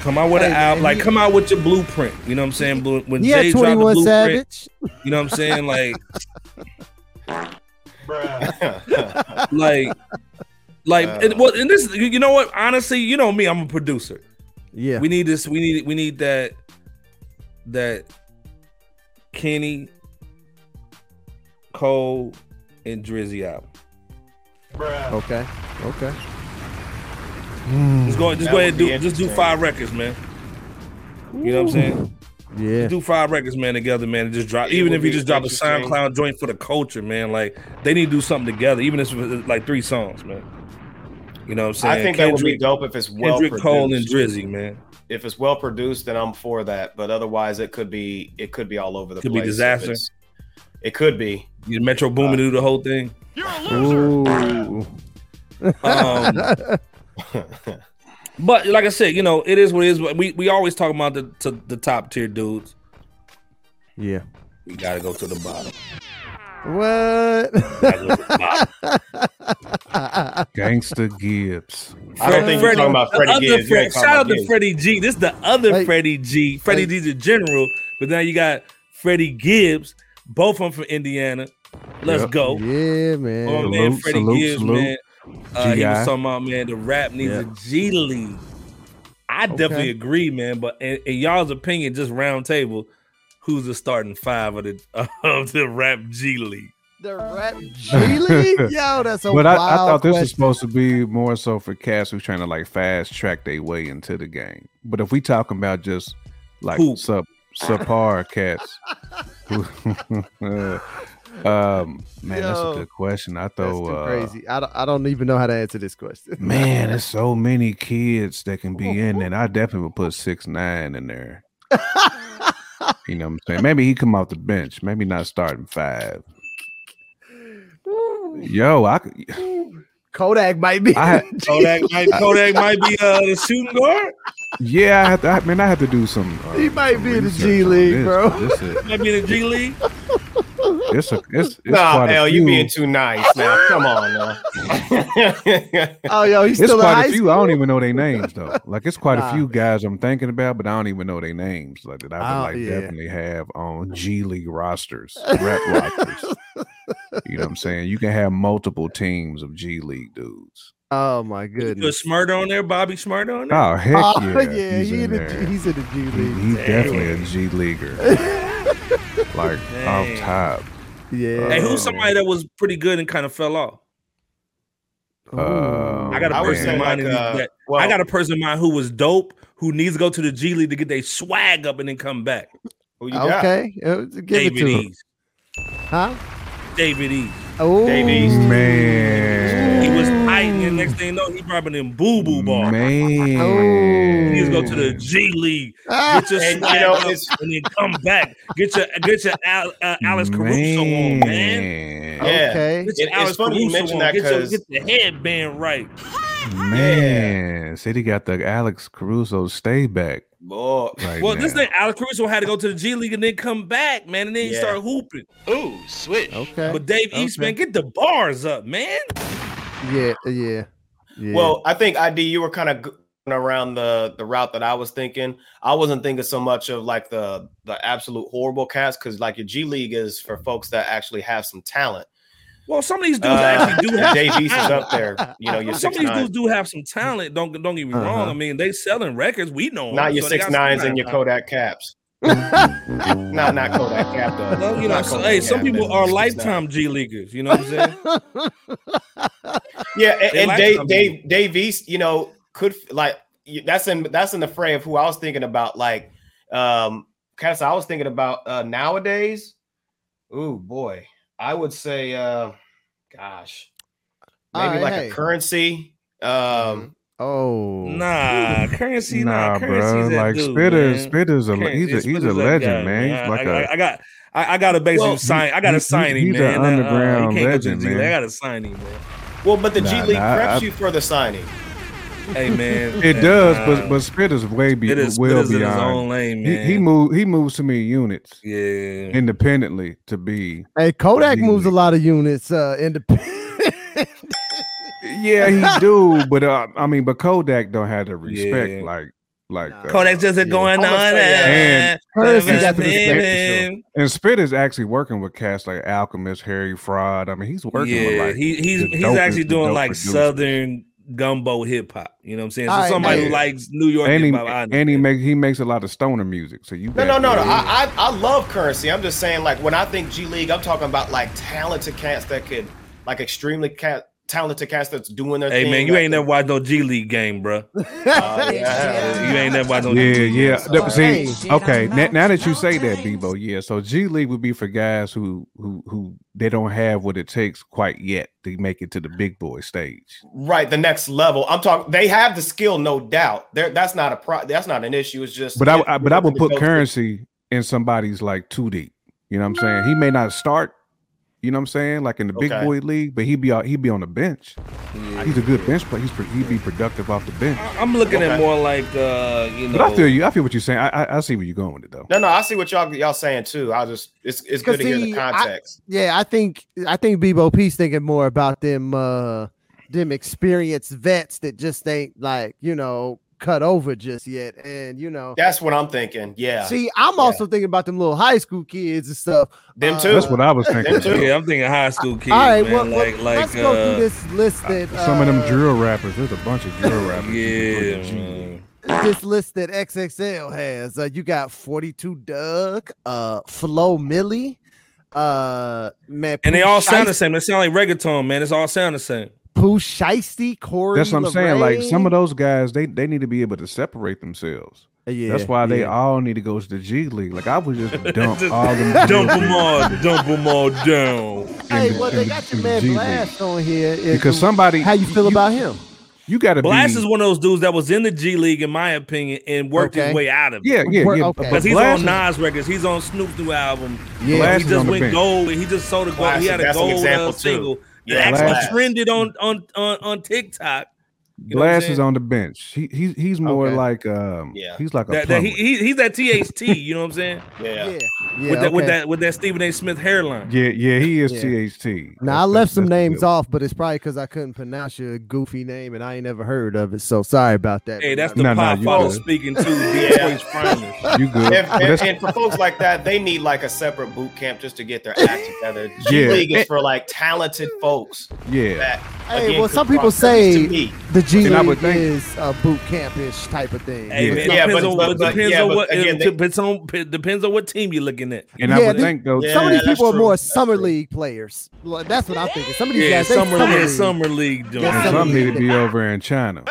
come out with an
Hey,
album,
man,
like
he-
come out with your blueprint. You know what I'm saying? Blu- When
he had
Jay dropped
Twenty
the
One
blueprint,
Savage.
you know what I'm saying? Like, like, like,
Uh.
and, well, and this, you you know what? Honestly, you know me. I'm a producer.
Yeah,
We need this. We need. We need that. That Kenny, Cole, and Drizzy album.
okay, okay.
Just go. Just go
That would
ahead. And
be
do. Just do
interesting.
five records, man. You know what I'm saying?
Yeah,
Do five records, man, together, man, and just drop.
It
even
would
if you
be
just drop a
interesting.
SoundCloud joint for the culture, man, like they need to do something together. Even if it's like three songs, man. You know what I'm saying?
I think that would be dope if it's well
Kendrick
produced.
Cole and Drizzy, man,
if it's well produced, then I'm for that. But otherwise, it could be it could be all over the
Could be
place. If
disaster.
it's- It could be.
you Metro
Uh.
Boomin do the whole thing.
Ooh.
Um, But like I said, you know, it is what it is. But We we always talk about the to, the top tier dudes.
yeah.
We gotta go to the bottom.
What?
Gotta go to the bottom.
Gangsta Gibbs.
I don't think you're talking about
the
Freddie
other
Gibbs. You
Fred-
ain't talking
shout
about
out to
Gibbs.
Freddie G. This is the other
Hey.
Freddie G. Freddie G's a general, but now you got Freddie Gibbs. Both of them from Indiana. Let's
Yep.
go.
yeah,
Oh
man.
Salute,
man, Freddie
salute,
Gibbs,
salute.
man. Uh, he
G.I..
was talking about man, the rap needs
Yeah.
a G League. I definitely agree, man. But in, in y'all's opinion, just round table, who's the starting five of the of the rap G League?
The rap G League? Yo, that's a
But
wild
I, I thought this
question.
was supposed to be more so for cats who's trying to like fast track their way into the game. But if we talking about just like
Who?
sub subpar cats, who- um, man, that's a
Yo,
good question. I
That's
throw
too
uh,
crazy. I don't, I don't even know how to answer this question.
Man, there's so many kids that can be in there. I definitely would put six nine in there. you know what I'm saying? Maybe he come off the bench. Maybe not starting five. Yo, I could-
Kodak might be.
I had,
Kodak might Kodak might be uh, the shooting guard.
yeah, I have to. I, man, I have to do some. Uh,
He might be in the
research
G
on
League,
this.
bro.
This is,
Might be in the G League.
it's a, it's, it's
Nah,
quite a
L,
few.
you being too nice now. Come on now.
oh, yo, he's
it's
still in
quite
high
a few.
school.
I don't even know their names though. Like it's quite
Nah.
a few guys I'm thinking about, but I don't even know their names. Like that I would
Oh,
like
yeah. Mm.
definitely have on G League rosters, rep rosters. You know what I'm saying? You can have multiple teams of G League dudes.
Oh my
Put
goodness.
Smart on there, Bobby Smart on there.
Oh heck
Oh
yeah,
yeah,
he's
he
in
in the,
there.
G- he's in the G
He-
League.
he's definitely a G leaguer. like
Dang.
off top.
Yeah.
Hey,
who-
Um,
who's somebody that was pretty good and kind of fell off?
Uh,
I got
I
a
would
person
say
in mind that
like,
needs
uh,
that.
well,
I got a person in mind who was dope, who needs to go to the G League to get their swag up and then come back.
who you got?
okay, uh, give it
David
to him,
East.
huh?
David East.
Oh,
Davies.
man.
He was tight, and next thing you know, he dropping in boo boo ball.
Man.
He needs to go to the G League.
Ah,
Get your
And, you
swag
know,
up
it's-
and then come back. Get your get your Al, uh, Alex Caruso on, man.
Man.
Yeah.
Ah, okay.
Get your
It- it's
Alex
funny you
Caruso
mention
on.
that
get, your,
'cause-
get your headband right.
Man, City got the Alex Caruso stay back
Boy,
right
Well,
now.
this thing Alex Caruso had to go to the G League and then come back, man, and then he
Yeah.
start hooping.
Okay.
But Dave East,
Okay.
man, get the bars up, man.
yeah, yeah, yeah.
Well, I think ID you were kind of going around the the route that I was thinking. I wasn't thinking so much of like the the absolute horrible cats because like your G League is for folks that actually have some talent.
Well, some of these dudes
Uh,
actually do have
Jay
some
Zeus is
talent.
up there. You know, your
some
six
of these
nine,
dudes do have some talent. Don't don't get me wrong.
Uh-huh.
I mean, they selling records. We know 'em,
not your
so they
six
got some
nines and
talent.
your Kodak caps. not not Kodak cap though.
Well, you know,
Not
so,
Kodak
hey,
cap,
some people
man.
are
Six nine.
lifetime G leaguers. You know what I'm saying?
Yeah, and,
They
and
like
Dave,
something.
Dave, Dave East, you know, could like you- that's in that's in the fray of who I was thinking about. Like, um, Cass, I was thinking about uh nowadays. Ooh boy, I would say, uh, gosh, maybe
Alright,
like
Uh, hey.
a currency. Um,
Oh,
Nah, currency, nah,
nah,
currency's
bro.
that
Like
dude,
Spitter,
man.
Spitter's a
Currency-
he's a he's
Spitter's
a
that
legend,
guy,
man. He's like
I,
a
I- I got, I, I got to basically
Well,
sign. I got to
he-
sign him,
he's an
man. That, uh, he
underground
can't go to
legend,
G League.
man.
I got to sign him, man.
well, but the G
Nah,
League
nah, I-
preps
I-
you for the signing.
Hey, man.
it does,
nah.
but but Spitter's way be,
It is
well
Spitter's in his own
beyond.
lane,
He,
man.
he moved he moves too many units
Yeah.
independently to be.
Hey, Kodak
Jeez.
moves a lot of units. Uh, independent.
Yeah, he do, but uh, I mean, but Kodak don't have the respect
Yeah.
like like uh,
Kodak just going
I'ma
on
say,
and
Currency
that's
got the
the
respect.
living.
And Spit is actually working with cats like Alchemist, Harry Fraud. I mean, he's working with
Yeah,
like
he, he's
the
he's
dopest-
actually
the
doing
dope
like
producers.
southern gumbo hip hop. You know what I'm saying? So
All right,
somebody who
yeah.
likes New York
and he
hip hop. I
and he
understand.
makes he makes a lot of stoner music. So you
No, no,
got-
no, no. I, I I love currency. I'm just saying, like when I think G League, I'm talking about like talented cats that could, like extremely cat talented cats that's doing their
Hey
thing.
man, you
like-
ain't never watched no G League game, bro.
Oh, yeah.
You ain't never watched no
yeah,
G League.
yeah.
game.
That- see,
Hey.
okay. Now, now that you say that, Debo, yeah. So G League would be for guys who who who they don't have what it takes quite yet to make it to the big boy stage.
Right, the next level. I'm talking. They have the skill, no doubt. There, that's not a pro. That's not an issue. It's just.
But I, I but I would put currency in somebody's like two deep. You know what I'm saying? He may not start. You know what I'm saying? Like in the big
Okay.
boy league, but he'd be out, he'd be on the bench.
Mm.
He's a good bench player. He's pr- he'd be productive off the bench.
I- I'm looking at
Okay.
more like uh, you know.
But I feel you. I feel what you're saying. I I, I see where you're going with it though.
No, no. I see what y'all y'all saying too. I just it's it's good to hear
See,
the
I-
context.
Yeah, I think I think Bebo P's thinking more about them uh them experienced vets that just ain't like, you know, cut over just yet. And you know,
that's what I'm thinking. Yeah,
see, I'm also thinking about them little high school kids and stuff.
them
uh,
too.
That's what I was thinking.
Them too.
Yeah, I'm thinking high school kids,
All right,
man.
well, well,
like like
let's go
uh,
through this list that
Some of them
uh,
drill rappers. There's a bunch of drill rappers.
Yeah,
Gee.
man.
this list that XXL has. Uh, you got 42 Doug, uh Flo Millie, uh man,
and they
Pooh
all sound
Shiesty-
the same. They sound like reggaeton, man. It's all sound the same.
Pooh Shiesty, Corey.
That's what I'm saying. Like some
Lorraine.
of those guys, they they need to be able to separate themselves.
Yeah,
That's why they
yeah.
all need to go to the G League. Like I would just dump
Just
all them. drill
Dump them
dudes.
all, dump them all down.
Hey,
in the-
well,
in
they
the-
got
in
your
the
man
G League.
Blast on here. Is-
because somebody.
how you feel about him?
You got to be.
Blast is one of those dudes that was in the G League, in my opinion, and worked
Okay.
his way out of it.
Yeah, yeah,
We're-
yeah.
okay.
but
Because he's
Blast
on
is-
Nas records, he's on Snoop's new album.
Yeah,
Blast
he
is
just
on the
went
bench.
gold, and he just sold a gold. He
Classic.
had a
That's an
gold
example,
uh,
too.
single that
Yeah,
actually
Blast.
trended on on on on TikTok. You know what I'm
Blast is
saying?
on the bench. He, he's he's more
Okay.
like um.
Yeah.
He's like a
That, that he,
plumber.
he he's that THT. You know what I'm saying?
Yeah.
yeah, yeah.
with that with
okay.
that with that Stephen A. Smith hairline.
Yeah, yeah, he is
Yeah.
THT.
Now I left some names off, but it's probably because I couldn't pronounce your goofy name and I ain't never heard of it. So sorry about that.
Hey,
but
that's
I-
the
No, no,
pop
you
father
good.
speaking to the
Yeah.
Twitch finest.
off. You good?
And, and-
But that's-
and for folks like that, they need like a separate boot camp just to get their act together. G
Yeah.
League is for like talented folks.
yeah,
That,
Hey,
again,
well,
could
some people
cross purpose to
say-
me.
the G
And I would
League
think-
is a boot campish type of thing.
Hey
Yeah.
man, it
Yeah,
depends
but-
on
but-
what
but-
depends
yeah,
on
but
what
again,
it
they-
depends on depends on what team you're looking at.
and
Yeah,
I would
they-
think though.
some of these
Yeah, that's
people are
true.
more
That's
summer
true.
league players. Well, That's what I'm thinking. Some of these
Yeah,
guys, they
summer, yeah,
league.
summer league doing
And
Yeah,
some
some
need
need
to be over in China.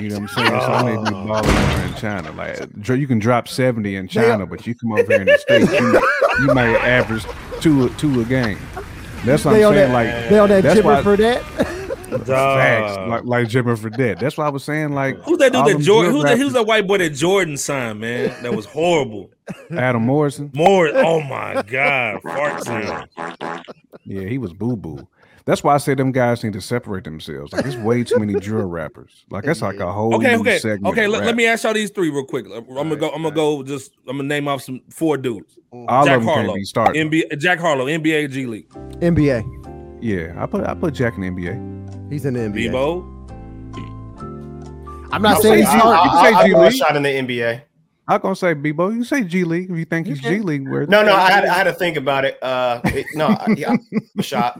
You know what I'm saying? Some need to
Oh.
be balling over in China. Like dr- you can drop 70 in China, but you come over here in the States, you, you might average two two a game. That's what I'm
They on that,
saying. like
they on that
that's
Jimmer
why-
for that.
facts,
Uh,
like like Jimmy for dead. That's what I was saying. Like
Who's that dude
all
that
them
Jordan?
drill
Who's that? Who's
rappers-
that white boy that Jordan signed, man? That was horrible.
Adam Morrison.
More. Oh my god, fart sound.
Yeah, he was boo boo. That's why I say them guys need to separate themselves. Like, there's way too many drill rappers. Like, that's like a whole
Okay,
new
okay,
segment
okay.
of
Let,
rap.
let me ask y'all these three real quick. I'm gonna go. I'm gonna go.
Alright,
Just I'm gonna name off some four dudes.
All
Jack
of them
Harlow,
can't be starting.
NBA. Jack Harlow, NBA G League.
NBA.
yeah, I put I put Jack in the NBA.
He's in the NBA.
Bebo.
I'm not
I'm
saying
saying
he's
I,
hard.
You say
I, I, I
G
throw a
League.
shot in the NBA.
I'm gonna say Bebo. You say G League if you think he's G League worthy.
No, no, I had, I had to think about it. Uh, it- no, I, yeah, a shot.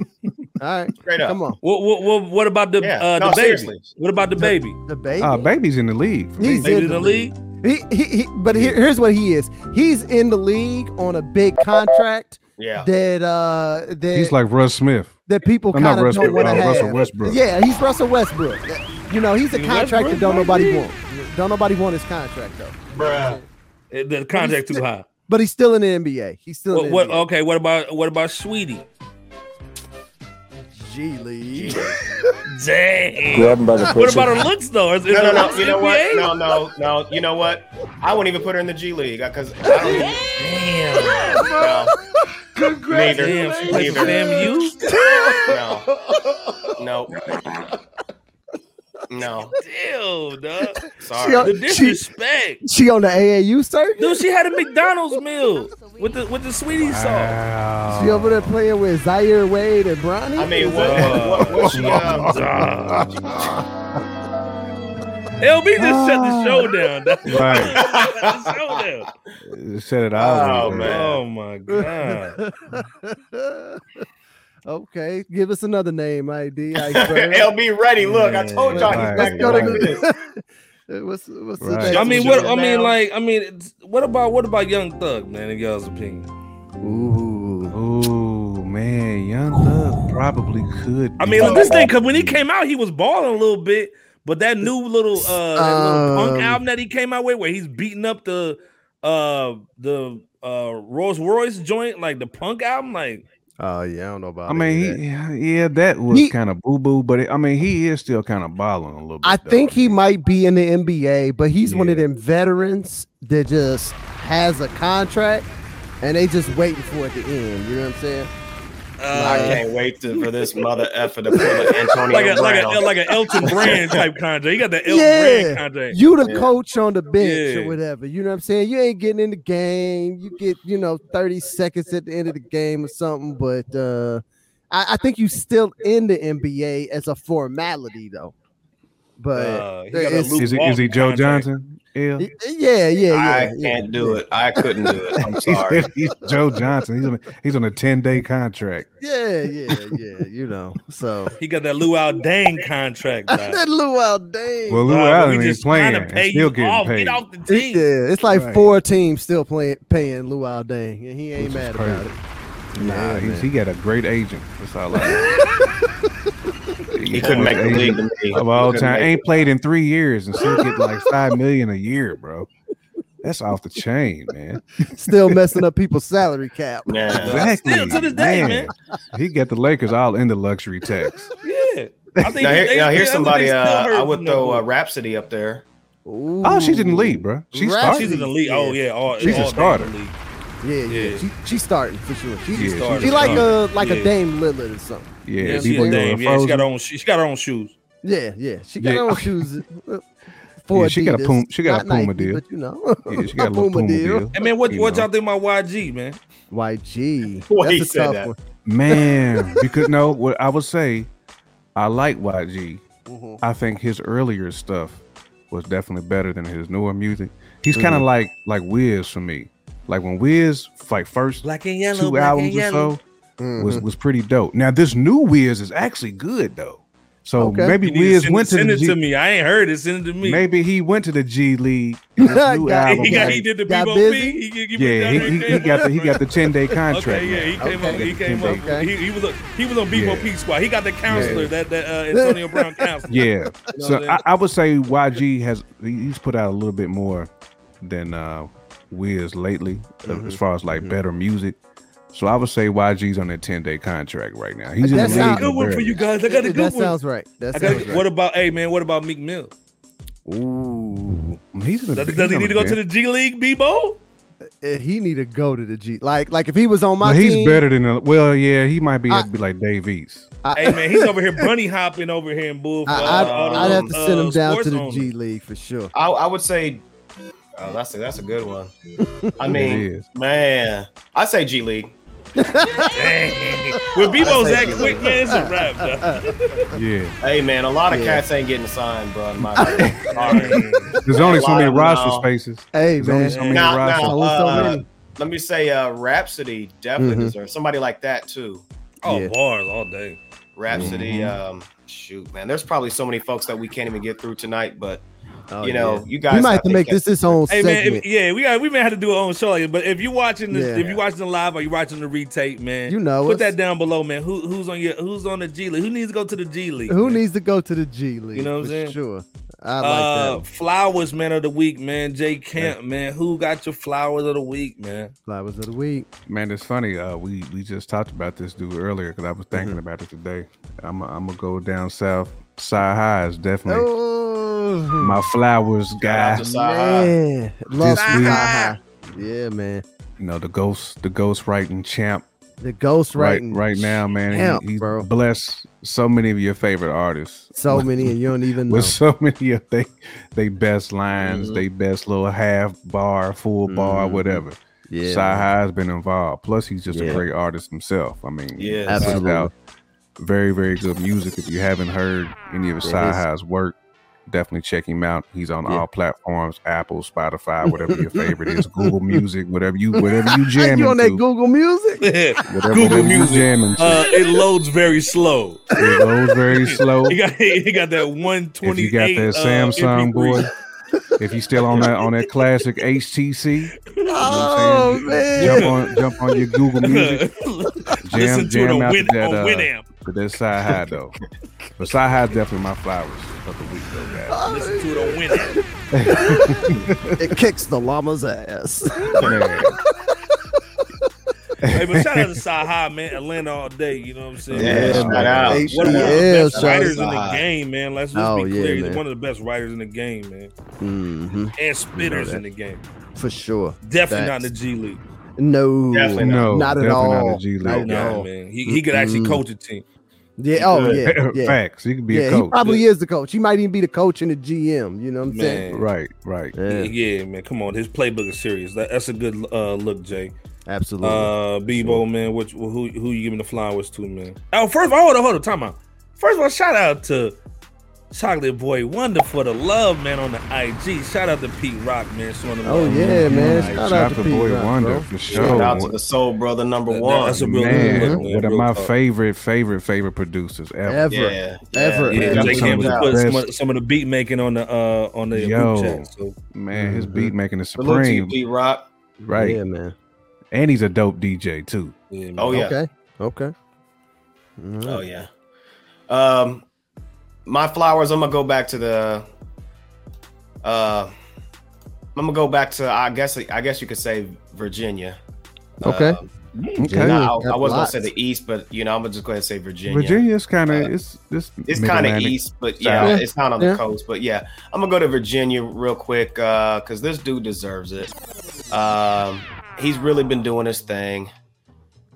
All right.
Straight up.
Come on.
What what what, what about the
Yeah.
uh,
No,
the baby?
seriously.
What about the baby?
The baby.
Uh, baby's in the league. for me.
He's
Baby
in
in the league.
He, he, he, but here, here's what he is. He's in the league on a big contract
Yeah.
that uh that
He's like Russ Smith.
that people
I'm not
kind of
Russell-
don't want to
uh,
have.
Russell Westbrook.
Yeah, he's Russell Westbrook. You know, he's a
See,
contract that
Westbrook
don't
might
nobody
be-
want. Don't nobody want his contract though.
Uh,
Bruh.
The contract too high.
But he's still in the NBA. He's still
What, oh, what
in the NBA.
okay? What about what about Sweetie?
G League.
Dang.
Grab him by the pussy.
What about her looks though? Is, is
No, no,
her
no.
looks
You know
NBA?
what? No, no, no. You know what? I wouldn't even put her in the G League because I don't.
Damn.
even- No. Neither.
Damn. She plays for
Neither.
FAMU.
No. No. No.
Damn, dog. The
Sorry.
disrespect.
She on the AAU circuit.
Dude, she had a McDonald's meal with the with the sweetie sauce.
She over there playing with Zaire Wade and Bronny.
I mean,
Is
what?
that-
What? what, what she, um,
LB just shut the show down. dog.
Right.
Shut the show down.
Said it all.
Oh,
man.
man.
Oh my god.
okay, give us another name ID. Iceberg.
LB ready. Look, I told y'all
Right,
he's
Let's
back
go
right.
to
to
this.
good. Uh, what's what's the
Right.
next
I
Shut
mean,
the
what
show
I mean,
down.
like, I mean, it's- what about what about Young Thug, man? In y'all's opinion,
Ooh.
Ooh, man, Young Thug probably could.
I
be.
mean, look, this thing because when he came out, he was balling a little bit, but that new little uh, that little
Um,
punk album that he came out with, where he's beating up the uh the uh Rolls Royce joint, like the punk album, like
Oh yeah, I don't know about.
I
any of
mean,
that.
he, yeah, yeah, that was
He-
kind of boo boo, but it, I mean, he is still kind of balling a little bit.
I
though.
think he might be in the NBA, but he's one of
Yeah.
them veterans that just has a contract and they just waiting for it to end. You know what I'm saying?
I
uh,
can't wait to, for this mother effer to pull an Antonio
like a like
Brown.
a like a Elton Brand type contract. He got the Elton
Yeah.
Brand contract.
You the coach on the bench
Yeah.
or whatever. You know what I'm saying? You ain't getting in the game. You get, you know, 30 seconds at the end of the game or something, but uh I, I think you still in the NBA as a formality though. But
Uh, he got a
it's-
Luke
Is he, is he
Walton
Joe
contract.
Johnson? Yeah.
y- yeah, yeah, yeah.
I
yeah.
can't do it. I couldn't do it. I'm
He
sorry.
said he's Joe Johnson. He's on a, he's on a 10 day contract.
Yeah, yeah, yeah. You know, so
He got that Luau Dang contract. dog.
that Luau Dang.
Well, Lou
Dog,
Allen
we
ain't
just
playing.
trying
and
to pay
still
you
getting
off.
paid.
Get off the team.
Yeah, it's like
Right.
four teams still playing paying Luau Dang, and he ain't
Which is
mad
crazy.
about it.
Nah,
Yeah,
he's,
man.
he got a great agent. That's all I know.
He couldn't make the league to me.
of all
Couldn't
time.
make-
Ain't played in three years and still get like five million a year, bro. That's off the chain, man.
still messing up people's salary cap.
Yeah.
Exactly.
Still to this day, man.
He got the Lakers all in the luxury tax.
Yeah. I think
Now,
they-
here,
they-
now
I think
here's
they
somebody
still
uh,
hurt
I would
from that
throw
boy.
uh, Rhapsody up there.
Oh, she didn't leave, bro. She
Right.
started.
She's in the league. Oh yeah, all,
She's a
all day
starter.
in the league.
Yeah, yeah.
Yeah.
She, she's starting for sure. She,
Yeah,
she,
she's
like a like
Yeah.
a Dame Lillard or something.
Yeah,
Yeah,
yeah,
she's
people
a
were
dame. Yeah, she
frozen.
got her own. She, she got her own shoes.
Yeah, yeah. She got
Yeah.
her own shoes. uh, For
Yeah, she got a
Adidas.
Puma- she got a
Not
Puma
Nike,
deal.
but you know,
Yeah, she got a little Puma deal.
Hey man, what
You
what
know.
y'all think about YG man?
YG.
Boy, he
That's a
said
tough
that.
one.
Man, because no, what I would say, I like YG.
Mhm.
I think his earlier stuff was definitely better than his newer music. He's kind of
Mm-hmm.
like like Wiz for me. Like when Wiz like first
Black and
two albums or so was
Mm-hmm.
was pretty dope. Now this new Wiz is actually good though. So
Okay.
maybe
You need to
Wiz
send,
went to
send
the
it to
G,
me. I ain't heard it. Send it to me.
maybe he went to the G League. and this new
Got-
album,
he, got, he
like-
did the
Got
Bebo
busy?
He, he, he,
yeah, he, he, he got the he got the ten day contract.
Okay, yeah,
now.
he came
Okay.
up. He came up.
Okay.
He, he was a, he was on Bebo
Yeah.
P squad. He got the counselor
Yeah.
that that uh, Antonio Brown counselor.
Yeah.
know
so
what
I,
I'm
I would say YG has he's put out a little bit more than uh Wiz lately uh,
Mm-hmm.
as far as like better music. So I would say YG's on a 10 day contract right now. He's in the
That
league.
sound-
in
Good one for
America.
you guys. I got a
That,
good one.
sounds right. That
I got a-
sounds right.
What about hey man? What about Meek Mill?
Ooh. He's in the,
Does, does he need to go to the G League, Bebo?
Uh, He need to go to the G. Like like if he was on my
he's
team,
better than the, well, yeah, he might be,
I-
be like Davies.
Hey man, he's over here bunny hopping over here in Bull. for
I,
all-
I'd,
all
I'd
those,
have to send
uh,
him down to
sports
the
owners.
G League for sure.
I, I would say oh, that's a, that's a good one. I
It
mean,
is.
man, I say G League.
Dang. With Bebo's
That's
that
it.
quick, man, it's a wrap. dog.
Yeah.
Hey man, a lot of
Yeah.
cats ain't getting signed, bro. In my Sorry.
There's only so many
Wow.
roster spaces.
Hey
There's only
man,
so many
Now-
roster
now-
Oh, it's
Uh,
so many.
Let me say, uh, Rhapsody definitely
Mhm.
deserves somebody like that too.
Oh,
Yeah.
bars all day.
Rhapsody.
Mm-hmm.
Um, shoot, man, there's probably so many folks that we can't even get through tonight, but you know, you guys
we might
I
have to
think
make this
that's-
his own
Hey man,
segment.
if, yeah, we got we may have to do our own show like this. But if you watching this,
Yeah.
if you watching the live or you watching the retape, man,
You know
put
us.
that down below, man. Who who's on your who's on the G League? Who needs to go to the G League?
Who
man?
needs to go to the G League?
know what I'm
for
saying?
Sure, I
uh,
like that.
flowers, man of the week, man. Jay Camp, man. Who got your flowers of the week, man?
Flowers of the week.
Man, it's funny. Uh, we we just talked about this dude earlier because I was thinking
Mm-hmm.
about it today. I'm i I'm gonna go down south. Side high is definitely
Oh
my flowers
Shout out
guy.
to Sci-Hi.
man, love
This week-
Sci-Hi. Yeah, man.
You know the ghost, the ghost writing champ.
The ghost
Right,
writing.
right, now, man.
champ,
he, he's
bro.
blessed so many of your favorite artists.
So many, and you don't even know.
with so many of they they best lines,
Mm-hmm.
they best little half bar, full bar,
Mhm.
whatever.
Yeah,
Sci
man.
Hi's been involved. Plus, he's just
Yeah.
a great artist himself. I mean,
Yes.
without
Absolutely.
doubt, very very good music. If you haven't heard any of
Yeah,
Sci
he's-
Hi's work, definitely check him out. He's on
Yeah.
all platforms: Apple, Spotify, whatever your favorite is, Google Music, whatever you whatever you jamming
you on that
to,
Google Music?
uh, Google
whatever, whatever you
Music.
jamming
Uh,
to.
Uh, it loads very slow.
it goes very slow.
He got he got that one uh,
if
twenty.
you got that
uh,
Samsung boy, if you still on that on that classic HTC,
Oh
jump
man,
on jump on your Google Music,
Listen
jam
to it
jam
on,
out to
Win,
that
on
uh,
Winamp.
to that side high though. But side high definitely my flowers of the week though, guys.
Listen to it on Winamp.
it kicks the llama's ass.
Man,
hey, but shout out to Saha, man. Atlanta all day. You know what I'm saying?
Yeah,
Yeah,
shout
man.
out.
Hey,
One of the
Yeah,
best
shout out
writers in the
Saha.
game, man. Let's just
Oh,
be
yeah,
clear. He's
man.
one of the best writers in the game, man.
hmm
And spitters
that.
in the game.
for sure.
Definitely not in
Facts.
the G League.
No,
Definitely
no,
not at
definitely
all.
Not a G
Not
League.
at all.
guy.
Nah, man. He, he could actually
Mm-mm.
coach a team.
Yeah. Oh yeah. Yeah.
Facts. You could be
yeah, he
a coach.
probably is the coach. He might even be the coach and the GM. You know what I'm saying?
Man.
right, right.
Yeah.
Yeah,
man. Come on. His playbook is serious. That, that's a good uh, look, Jay.
absolutely.
Uh, Bebo, man. Which who who you giving the flowers to, man? Oh, first of all, hold on, hold on. Time out. First of all, shout out to Chocolate Boy Wonder for the love, man, on the IG. Shout out to Pete Rock, man. Showing them
oh
love.
yeah, man.
Like,
Shout, out to
Chopper
Pete
Boy
Rock,
Wonder
bro.
for
Shout out to
sure.
the soul brother number
That-
one.
that's a real good
Man,
look, man.
one of
Real
my
talk.
favorite, favorite, favorite producers ever.
Ever,
yeah,
ever,
Yeah,
ever.
Jay
some
Campbell
of the
put some
best.
of, some of the beat making on the uh on the
Yo.
group chat. So
Man, his
Mhm.
beat making is
Salute to you,
supreme.
Pete Rock.
Right.
Yeah, man.
And he's a dope DJ too.
yeah, man.
Oh yeah.
Okay. Okay. All right.
Oh yeah. Um, my flowers. I'm gonna go back to the. Uh, I'm gonna go back to. I guess. I guess you could say Virginia.
Okay.
Um,
Okay.
Yeah,
nah, I, I
that's
was gonna
lots.
say the East, but you know, I'm gonna just go ahead and say Virginia.
Virginia is kind of
Uh,
it's it's
It's kind of
mid-Atlantic.
east, but yeah,
style.
it's not on
Yeah.
the coast. But yeah, I'm gonna go to Virginia real quick because this dude deserves it. Um, he's really been doing his thing,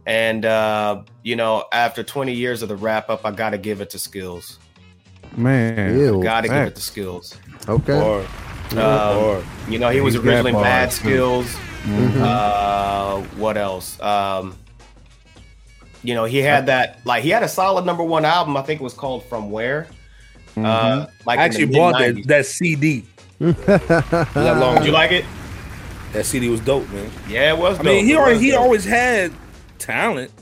and uh, you know, after 20 years of the wrap up, I gotta give it to Skills.
Man,
Ew.
Gotta give it to
facts.
Skills.
Okay.
Or,
Um, you know, he was
He's got
originally
bars,
Mad
too.
Skills.
Mm-hmm.
Mhm.
Uh, what else? Um, you know, he
Uh,
had that like he had a solid number one album. I think it was called From Where.
Mhm.
Uh,
Mm-hmm.
like
I actually bought that, that CD. that long
Did you like it?
That CD was dope, man.
Yeah, it was.
I
dope.
mean, he
It
already
was
he
dope.
always had talent.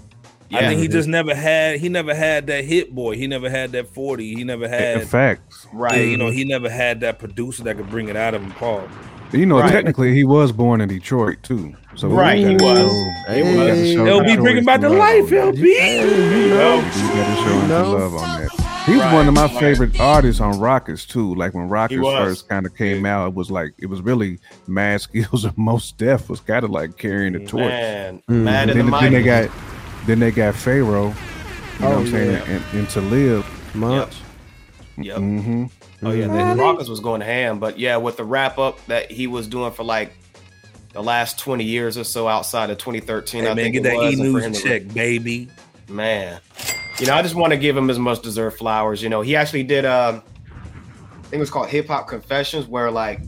Yeah.
I think he just never had he never had that hit boy. He never had that forty. He never
Yeah,
had
facts.
yeah,
right.
you know he never had that producer that could bring it out of him. Paul.
You know,
Right.
technically, he was born in Detroit too. So we
Right, he
gotta
was.
show-
He
we gotta
was.
show
LB
Detroit
bringing
some
about the
love
life.
on that.
LB.
You know?
We gotta show him some
No.
love on that. He was
Right,
one of my
right.
favorite artists on Rockets too. Like when Rockets
was.
first kind of came out, it was like it was really Mad Skills and Most Def was kind of like carrying the torch.
Man,
Mhm.
mad in
then,
the
then Mm, they
mic.
got then they got Pharaoh. You know what
Oh,
I'm saying?
yeah.
And, and to live.
Yep.
Much.
Yep.
hmm
Oh yeah, the Rockets was going ham, but yeah, with the wrap up that he was doing for like the last twenty years or so outside of 2013,
Hey
I
man,
think
get
it
that
was,
E
and for him
News
to-
check, baby.
man. You know, I just want to give him as much deserved flowers. You know, he actually did. Um, I think it was called Hip Hop Confessions, where like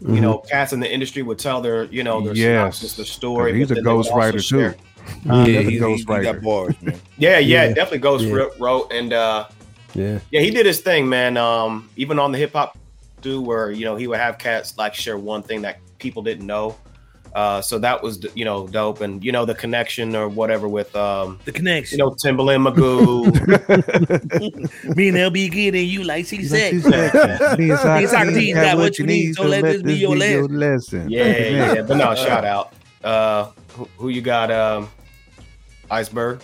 you know, cats in the industry would tell their you know their
Mm-hmm. Yes.
synopsis, their story.
He's
but
a
then they would also
ghostwriter, too.
share- Uh,
yeah,
he-
he,
he- he got
got bars, man.
Yeah, yeah,
Yeah.
definitely Ghost
Yeah.
wrote- wrote and uh
Yeah.
yeah, he did his thing, man. Um, even on the hip hop do where you know he would have cats like share one thing that people didn't know. Uh, so that was you know dope, and you know the connection or whatever with um,
the connection.
You know Timbaland Magoo.
Me and LB getting you like she said.
Me and Socrates
Socrates
have
got what you need, so let this be your lesson.
lesson.
yeah, yeah, yeah. But
Uh,
no, shout out. Uh, who, who you got? Um, Iceberg.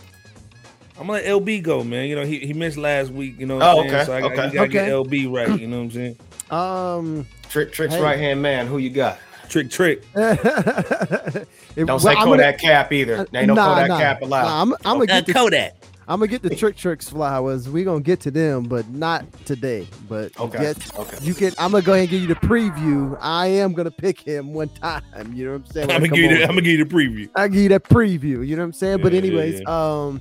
I'm gonna let LB go, man. You know he, he missed last week. You know. What
Oh,
I'm saying?
okay,
So I, got-
okay.
you gotta get
Okay.
LB right. You know what I'm saying?
Um,
Trick, Trick's
Hey.
right hand man. Who you got?
Trick, trick.
it-
Don't say
well, I'm
call
gonna- Uh,
that cap either. Ain't no call that cap allowed.
Nah, I'm, I'm gonna get the,
Kodak.
I'm gonna get the trick tricks flowers. We gonna get to them, but not today. But
Okay,
yes,
okay.
you can. I'm gonna go ahead and give you the preview. I am gonna pick him one time. You know what I'm saying?
I'm
When I
gonna
come
give you. The,
on.
I'm gonna give you the preview.
I give you that preview. You know what I'm saying? but
Yeah, yeah,
anyways, um,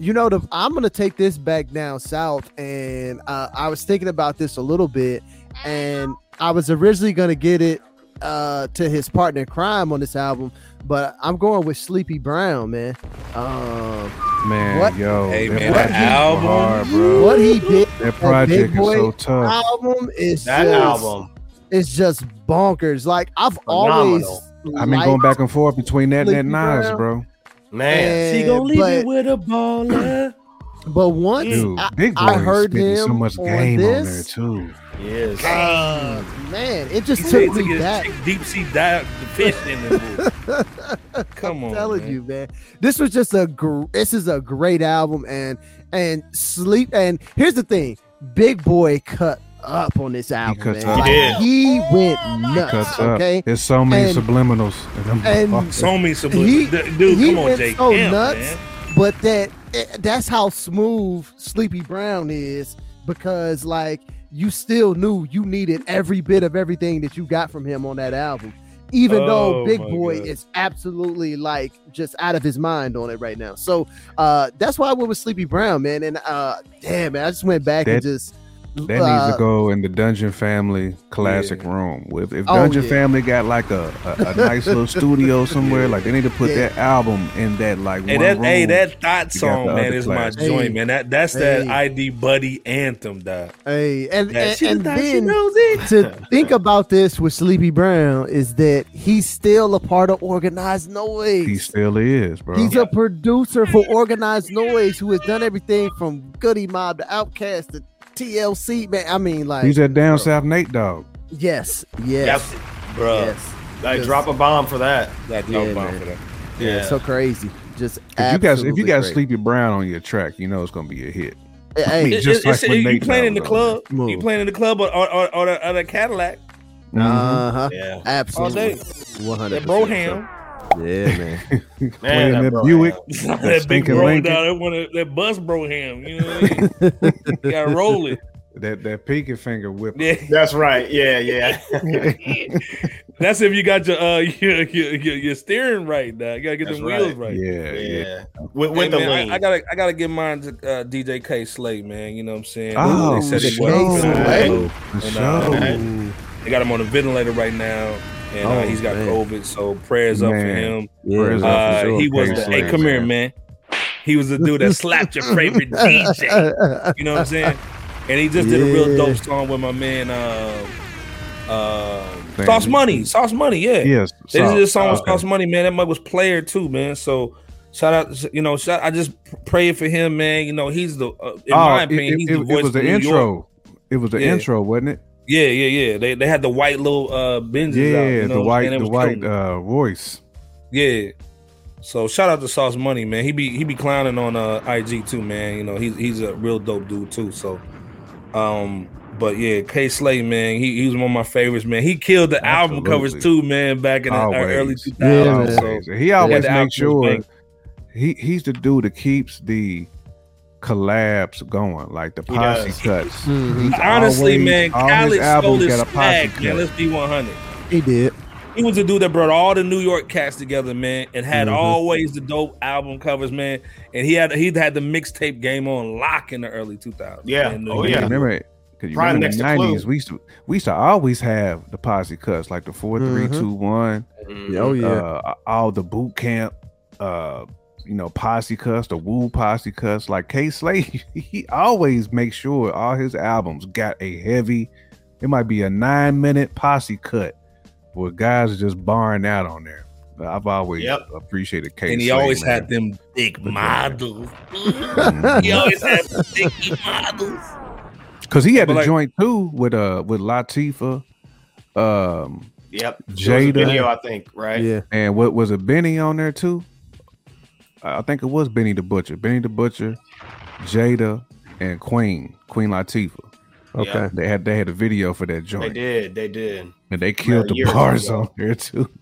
you know the I'm gonna take this back down south, and uh, I was thinking about this a little bit, and I was originally gonna get it uh to his partner in crime on this album, but I'm going with Sleepy Brown, man. Um,
man,
What?
yo,
Hey,
that
man,
project
that album.
was hard, bro.
what he did
That
Big
project is
Boy
so tough.
album is
that
just,
album.
It's just bonkers. Like I've
Phenomenal.
always.
I mean,
liked
going back and forth between that and that
Sleepy
Nas,
Brown.
bro.
Man,
it,
she gonna leave
but,
it with a baller.
But once
Dude,
I,
Big Boy
I
is
heard
spitting so
him
much
on
game on there
this.
too.
yes.
Uh,
man, it just
you
took
need to
me
get
back.
deep sea dive the fish in the movie. Come on,
I'm telling
man.
you, man. This was just a gr- this is a great album, and and sleep. And here's the thing, Big Boy cut up on this album.
cut
man.
up.
Like,
He did.
he went
Cuts
nuts.
up.
Okay,
There's so many
And-
subliminals. in them
and-
motherfuckers.
So many some
He-
dude.
he
Come on,
went
Jake.
so
Damn,
nuts.
man.
but that it- that's how smooth Sleepy Brown is because like you still knew you needed every bit of everything that you got from him on that album. Even
Oh,
though Big
my
Boy
God.
is absolutely like just out of his mind on it right now. So uh that's why I went with Sleepy Brown, man. And uh damn man, I just went back and
That-
just
That
uh,
needs to go in the Dungeon Family classic room. If, if
Oh,
Dungeon
yeah.
Family got like a, a, a nice little studio somewhere, like they need to put
Yeah.
that album in that like
Hey,
one
that
room.
hey, that thought
You got
song,
the
man,
other
is
class.
my joint,
Hey.
man. That that's that
Hey.
ID buddy anthem, dog.
hey and
That
and,
she
and
thought she
then
knows it.
to think about this with Sleepy Brown is that he's still a part of organized noise.
he still is, bro.
He's a producer for Organized Noise, who has done everything from Goody Mob to Outkast to TLC. Man, I mean, like,
He's that down south Nate dog.
yes, yes,
Yep. Bro,
yes.
like,
Yes.
drop a bomb for that.
Got no
Yeah,
bomb
man.
for that.
Yeah.
So crazy. Just
If you guys, if
absolutely
you got
great.
Sleepy Brown on your track, you know it's gonna be a hit.
hey,
me.
It-
Just
it-
like
it's-
when
you
Nate
playing in the
Dogg
club.
move.
You playing in the club or or, or, or, the, or the Cadillac
Mm-hmm.
uh huh,
Yeah.
all
absolutely,
day.
one hundred.
That Broham,
yeah, man.
Man,
Playing
that
that
bro-
Buick.
that big bro,
stinking
dog,
Lincoln.
that one, that bus Broham. You know what I mean? you gotta roll it.
That that pinky finger whip.
Yeah.
That's right. Yeah, yeah.
That's if you got your uh your your, your, your steering right, dog. You gotta get
That's
the
right.
wheels right.
yeah. yeah.
yeah. With,
Hey,
with the
man, I-
lean.
I, gotta I gotta give mine to uh, DJ K Slate, man. You know what I'm saying?
Oh,
they, said
for
he wasn't feeling
sure.
Slate.
well.
For
And,
sure.
uh, They got him on a ventilator right now, and uh,
Oh,
he's got
man.
COVID. So prayers up for
Man.
him.
Prayers up for
Uh,
sure,
he was
K
the,
Slate,
hey, come here, man. He was the dude that slapped your favorite DJ.
DJ.
You know what I'm saying? And he just did a real
Yeah.
dope song with my man, um, uh,
Man,
Sauce
he-
Money. Sauce Money, yeah.
Yes.
They did
so-
this song with
okay.
Sauce Money, man. That mug was player too, man. So shout out, you know, shout, I just pray for him, man. You know, he's the, uh, in my
Oh, it-
opinion,
it,
he's
it-
the
it
voice
was
of
the
New
intro.
York.
It was the
Yeah.
intro, wasn't it?
Yeah, yeah, yeah. They they had the white little uh Benzes
Yeah,
out, you know
the
what I'm
white,
saying? It
the
was
white
cool.
uh, voice.
yeah. So shout out to Sauce Money, man. He be he be clowning on uh IG too, man. You know, he's he's a real dope dude too. So um but yeah, K Slay, man, he, he was one of my favorites, man. He killed the album covers
Absolutely.
too, man, back in the uh, early
Always.
2000s.
Yeah,
so,
Always. He always
the
makes
outfit was
sure
banging.
he he's the dude that keeps the collabs going, like the
He
posse
does.
cuts.
Mhm.
He's
Honestly,
always-
man,
all his
Khaled stole
albums
his
got a posse
swag, man.
cut.
Let's be 100.
He did.
He was the dude that brought all the New York cats together, man, and had
Mhm.
always the dope album covers, man. And he had he had the mixtape game on lock in the early 2000s.
Yeah.
man.
Oh,
Cause you
yeah.
remember? Because you
Prime
remember
next
in
to
the
Clue.
nineties, we used to we used to always have the posse cuts, like the four, three,
Mm-hmm.
Mhm.
two, one.
Mm.
Oh yeah.
uh, all the boot camp, uh, you know, posse cuss, the woo posse cuss. Like K Slay, he always makes sure all his albums got a heavy, it might be a nine minute posse cut where guys are just barring out on there. I've always
Yep.
appreciated Kate.
and he
Slade,
always
man.
had them big models. he always had them big models.
Cause he had
But
a
like-
joint too with uh with Latifah, um,
Yep. There was a
Jada,
video, I think, right?
Yeah.
and what was it Benny on there too? I I think it was Benny the Butcher, Benny the Butcher, Jada, and Queen Queen Latifah.
Okay.
They had they had a video for that
They
joint,
did. They did.
and they killed the
years
bars
ago.
on there too.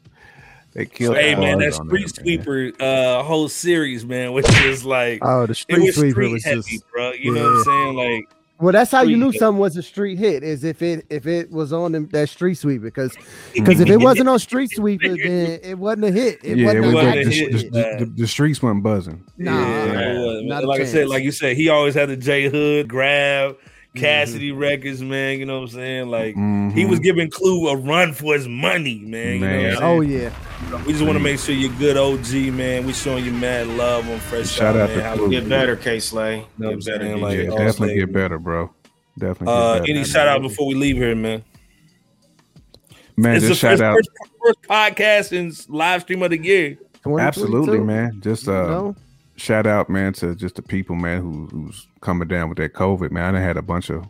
They killed.
Hey
the
man, that
bars on
Street
there, man.
Sweeper uh, whole series, man, which is like
Oh, the
it
street
was
sweeper
street
was
heavy,
just.
bro. You know what I'm saying? Like
Well, that's how you
street
knew
hit.
something was a street hit is if it if it was on them, that street sweep because because if it wasn't on street sweeper then it wasn't a hit. It
yeah, it
wasn't,
was
a
wasn't
like
wasn't
the,
hit,
the,
man.
the, the streets weren't buzzing.
Nah,
it was, man.
not a
like I said,
chance.
like you said, he always had the J Hood grab Cassidy records, man. You know what I'm saying? Like
Mm-hmm.
he was giving Clue a run for his money, man. You
Man.
know what I'm
Oh
saying?
yeah,
We just want to make sure you're good, OG, man. We showing you mad love on Fresh
Shout
Out,
out
man.
to
How
Clue.
we
Get better, K Slay.
know what I'm
Get better.
saying?
DJ.
Yeah,
Like, all
definitely
slaves.
get better, bro. Definitely. get
Uh,
better.
any shout out before we leave here, man?
man?
it's the
Just shout
first,
out.
first, first podcast and live stream of the year.
2022?
Absolutely, man. Just
You
uh,
know?
shout out, man, to just the people, man, who who's coming down with that COVID, man. I done had a bunch of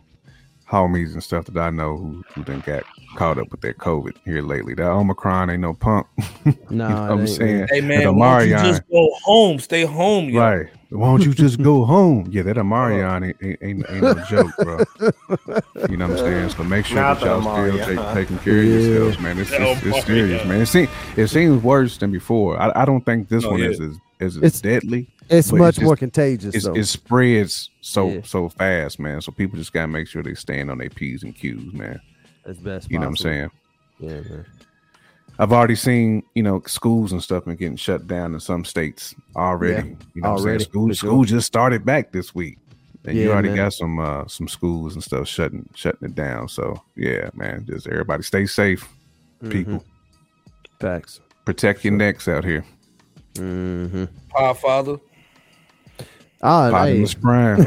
homies and stuff that I know who who done got caught up with that COVID here lately. That Omicron ain't no pump.
Nah,
you know what
it
I'm
ain't,
saying?
Hey
That
man, why don't you
Omarion.
just go home? Stay home, yo.
Right. Why don't you just go home? Yeah, that Amarion ain't, ain't, ain't, ain't no joke, bro. You know what I'm saying? So make sure
Not
that y'all
the
still
Omarion.
take, taking care of
Yeah.
yourselves, man. It's, it's,
Omarion.
it's serious, man. It, seem, it seems worse than before. I, I don't think this
Oh,
one
yeah.
is as, is as
It's-
deadly.
It's
But
much
it's
more
just-
contagious.
It's,
though.
it spreads so
Yeah.
so fast, man. So people just gotta make sure they stand on their p's and q's, man.
as best.
You know what I'm
possible.
saying?
Yeah, man.
I've already seen, you know, schools and stuff and getting shut down in some states already. you know, what I'm saying?
already,
school
for sure.
school just started back this week, and you
Yeah,
already
man.
got some uh, some schools and stuff shutting shutting it down. So yeah, man, just everybody stay safe,
Mm-hmm.
people.
Facts. Mm-hmm.
Protect your necks out here.
Podfather,
Oh, hey,
Optimus Prime.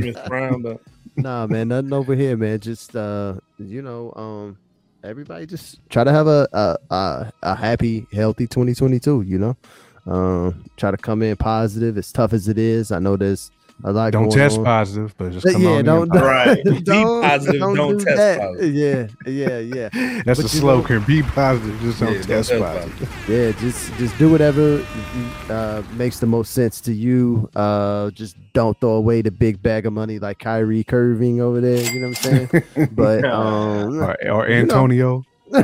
Miss Brown, though.
nah, man, nothing over here, man. Just uh, you know, um, everybody just try to have a a a, a happy, healthy 2022. You know, um, try to come in positive. As tough as it is, I know there's a lot.
don't
going
test
on.
positive, but just
Yeah,
come on in.
don't-
Right.
don't,
positive,
don't,
don't
do
test
that.
positive.
Yeah, yeah, yeah,
That's
but
a
you
slogan. Be positive. Just don't
Yeah, don't
test
test
positive.
yeah. Just, just do whatever uh, makes the most sense to you. Uh, just don't throw away the big bag of money like Kyrie Curving over there. You know what I'm saying? but um,
Or, or Antonio.
No,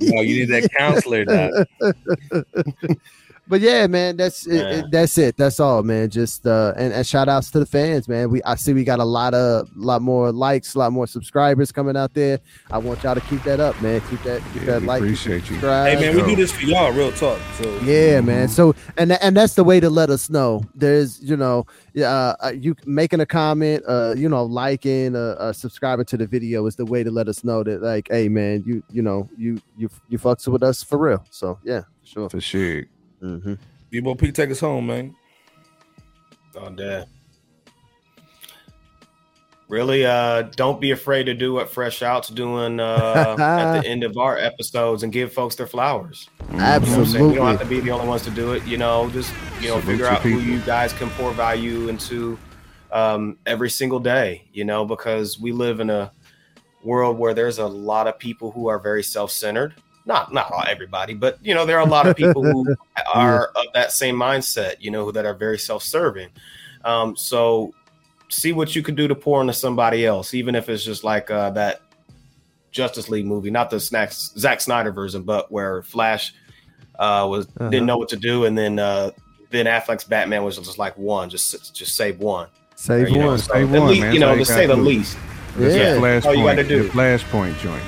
you need that counselor. Doc.
but yeah, man, that's it,
Yeah.
it- that's it. That's all, man. Just uh, and, and shout outs to the fans, man. We I see we got a lot of lot more likes, a lot more subscribers coming out there. I want y'all to keep that up, man. Keep that keep
Yeah,
that
we
like, keep
appreciate you.
that subscribe.
Hey man, we do
Yo.
this for y'all, real talk. So
Yeah, man. So and tha- and that's the way to let us know. There's you know, uh, uh, you making a comment, uh, you know, liking, uh, uh, subscribing to the video is the way to let us know that like, hey, man, you you know, you you you fucks with us for real. So yeah, for sure.
For sure.
Mm-hmm.
Debo P, take us home, man.
Oh, damn. Really, uh, don't be afraid to do what Fresh Out's doing uh, at the end of our episodes and give folks their flowers. You know what I'm saying? We
Absolutely.
don't have to be the only ones to do it. You know, just you know,
Salute
figure
your
out who
people.
you guys can pour value into um, every single day. You know, because we live in a world where there's a lot of people who are very self-centered. Not not all- everybody, but you know, there are a lot of people who are of that same mindset. You know, that are very self-serving. Um, so see what you can do to pour into somebody else, even if it's just like uh, that Justice League movie, not the snacks, Zack Snyder version, but where Flash uh, was
Uh-huh.
didn't know what to do, and then uh, Ben Affleck's Batman was just like one, just just save one,
Save
you know,
one,
so
save
at
one,
least-
man.
you
That's all
know,
you
to
gotta
say the
do.
least.
That's
Yeah.
the flashpoint.
All you gotta do.
The flashpoint joint.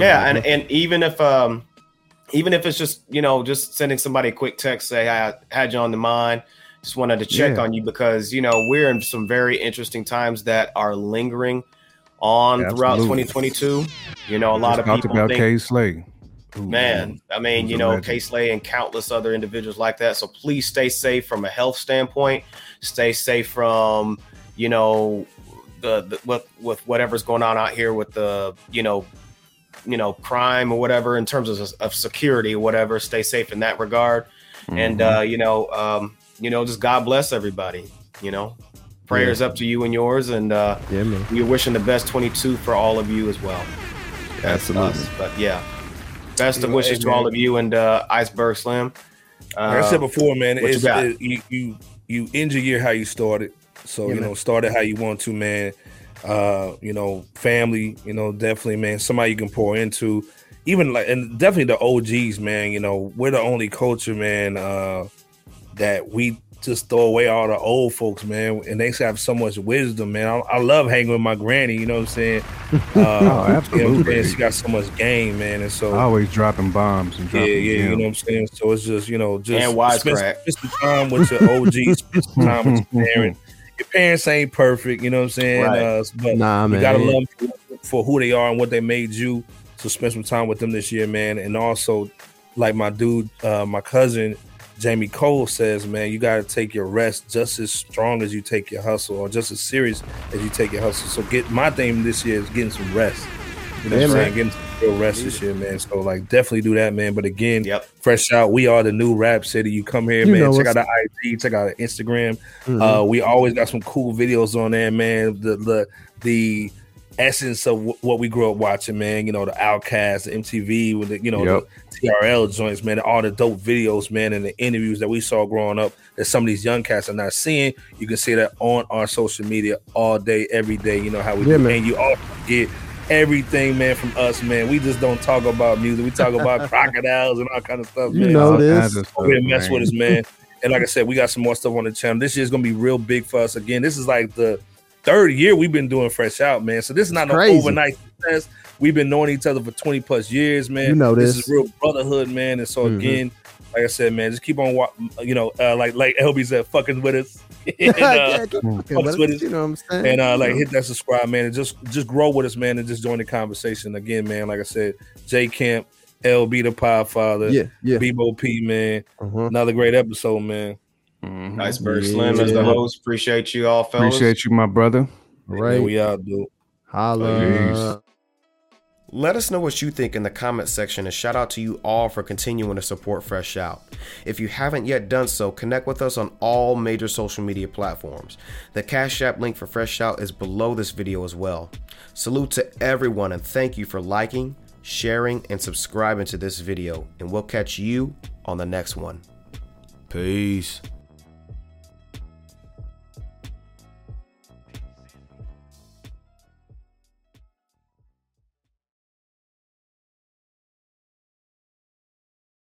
Yeah, and and even if um, even if it's just you know just sending somebody a quick text, say I had you on the mind, just wanted to check
Yeah.
on you because you know we're in some very interesting times that are lingering on throughout
Absolutely.
2022. You know, a lot
Just
of
talked
people
about
think
K Slay. Ooh,
Man, I mean,
Who's
you
a
know,
legend.
Case Slay and countless other individuals like that. So please stay safe from a health standpoint. Stay safe from, you know, the, the with with whatever's going on out here with the, you know, you know crime or whatever in terms of, of security or whatever stay safe in that regard and
Mm-hmm.
uh you know um you know just god bless everybody you know prayers up to you and yours and uh
Yeah, man.
we're wishing the best 22 for all of you as well That's
Absolutely.
us. but yeah best of
Well,
wishes
hey,
to all
man.
of you and uh iceberg slim uh,
Like I said before, man,
what you
it's,
got?
it- you, you you end your year how you started. So you know, start it how you want to, man. Uh, you know, family, you know, definitely, man, somebody you can pour into. Even like and definitely the OGs, man. You know, we're the only culture, man, uh, that we just throw away all the old folks, man, and they have so much wisdom, man. I, I love hanging with my granny, you know what I'm saying? Uh,
Oh,
you know what I'm
absolutely.
saying? She got so much game, man, and so
Always dropping bombs and
yeah,
dropping.
yeah, you know
gems.
what I'm saying. So it's just you know just
And wisecrack.
spend, spend some time with your OGs, spend some time with your parents. Your parents ain't perfect, you know what I'm saying.
Right.
Uh, but
Nah,
you
man.
gotta love them for- for who they are and what they made you. So spend some time with them this year, man. And also, like my dude, uh, my cousin Jamie Cole says, man, you gotta take your rest just as strong as you take your hustle, or just as serious as you take your hustle. So get my thing this year is getting some rest. You know
Yeah,
what I'm
man.
saying? Getting some real rest this year, man. So like definitely do that, man. But again,
Yep.
fresh out, we are the new rap city. You come here,
You
man.
know
Check out
what's-
the IG, check out the Instagram.
Mhm.
Uh, we always got some cool videos on there, man. The the the essence of wh- what we grew up watching, man. You know, the Outcast, the MTV, with the, you know,
Yep.
the TRL joints, man. All the dope videos, man, and the interviews that we saw growing up that some of these young cats are not seeing. You can see that on our social media all day, every day. You know how we
Yeah,
do,
man.
and you also get. Everything, man, from us, man. We just don't talk about music. We talk about crocodiles and all kind of stuff.
You
man.
know
All
this.
kinds of stuff,
Don't even mess with
man.
us, man. And like I said, we got some more stuff on the channel. This year's gonna be real big for us again. This is like the third year we've been doing Fresh Out, man. So this is not no
Crazy.
overnight success. We've been knowing each other for 20 plus years, man.
You know
this.
this.
is real brotherhood, man. And so
Mhm.
again, like I said, man, just keep on, wa- you know, uh, like like LB said, fucking with us. and, uh,
yeah, keep fucking
fucks
with
with
it,
us.
you know what I'm saying?
and uh,
You
like
know.
hit that subscribe, man, and just just grow with us, man, and just join the conversation again, man. Like I said, J Camp, LB the Podfather,
yeah, yeah.
Bebo P, man.
uh-huh.
Another great episode, man.
Mhm.
Uh, iceberg slim as the
Yeah.
host appreciate you all fellas
Appreciate you, my brother.
Yeah,
Right.
we out, dude.
Holla.
Let us know what you think in the comments section and shout out to you all for continuing to support Fresh Out. If you haven't yet done so, connect with us on all major social media platforms. The Cash App link for Fresh Out is below this video as well. Salute to everyone and thank you for liking, sharing, and subscribing to this video. And we'll catch you on the next one.
Peace.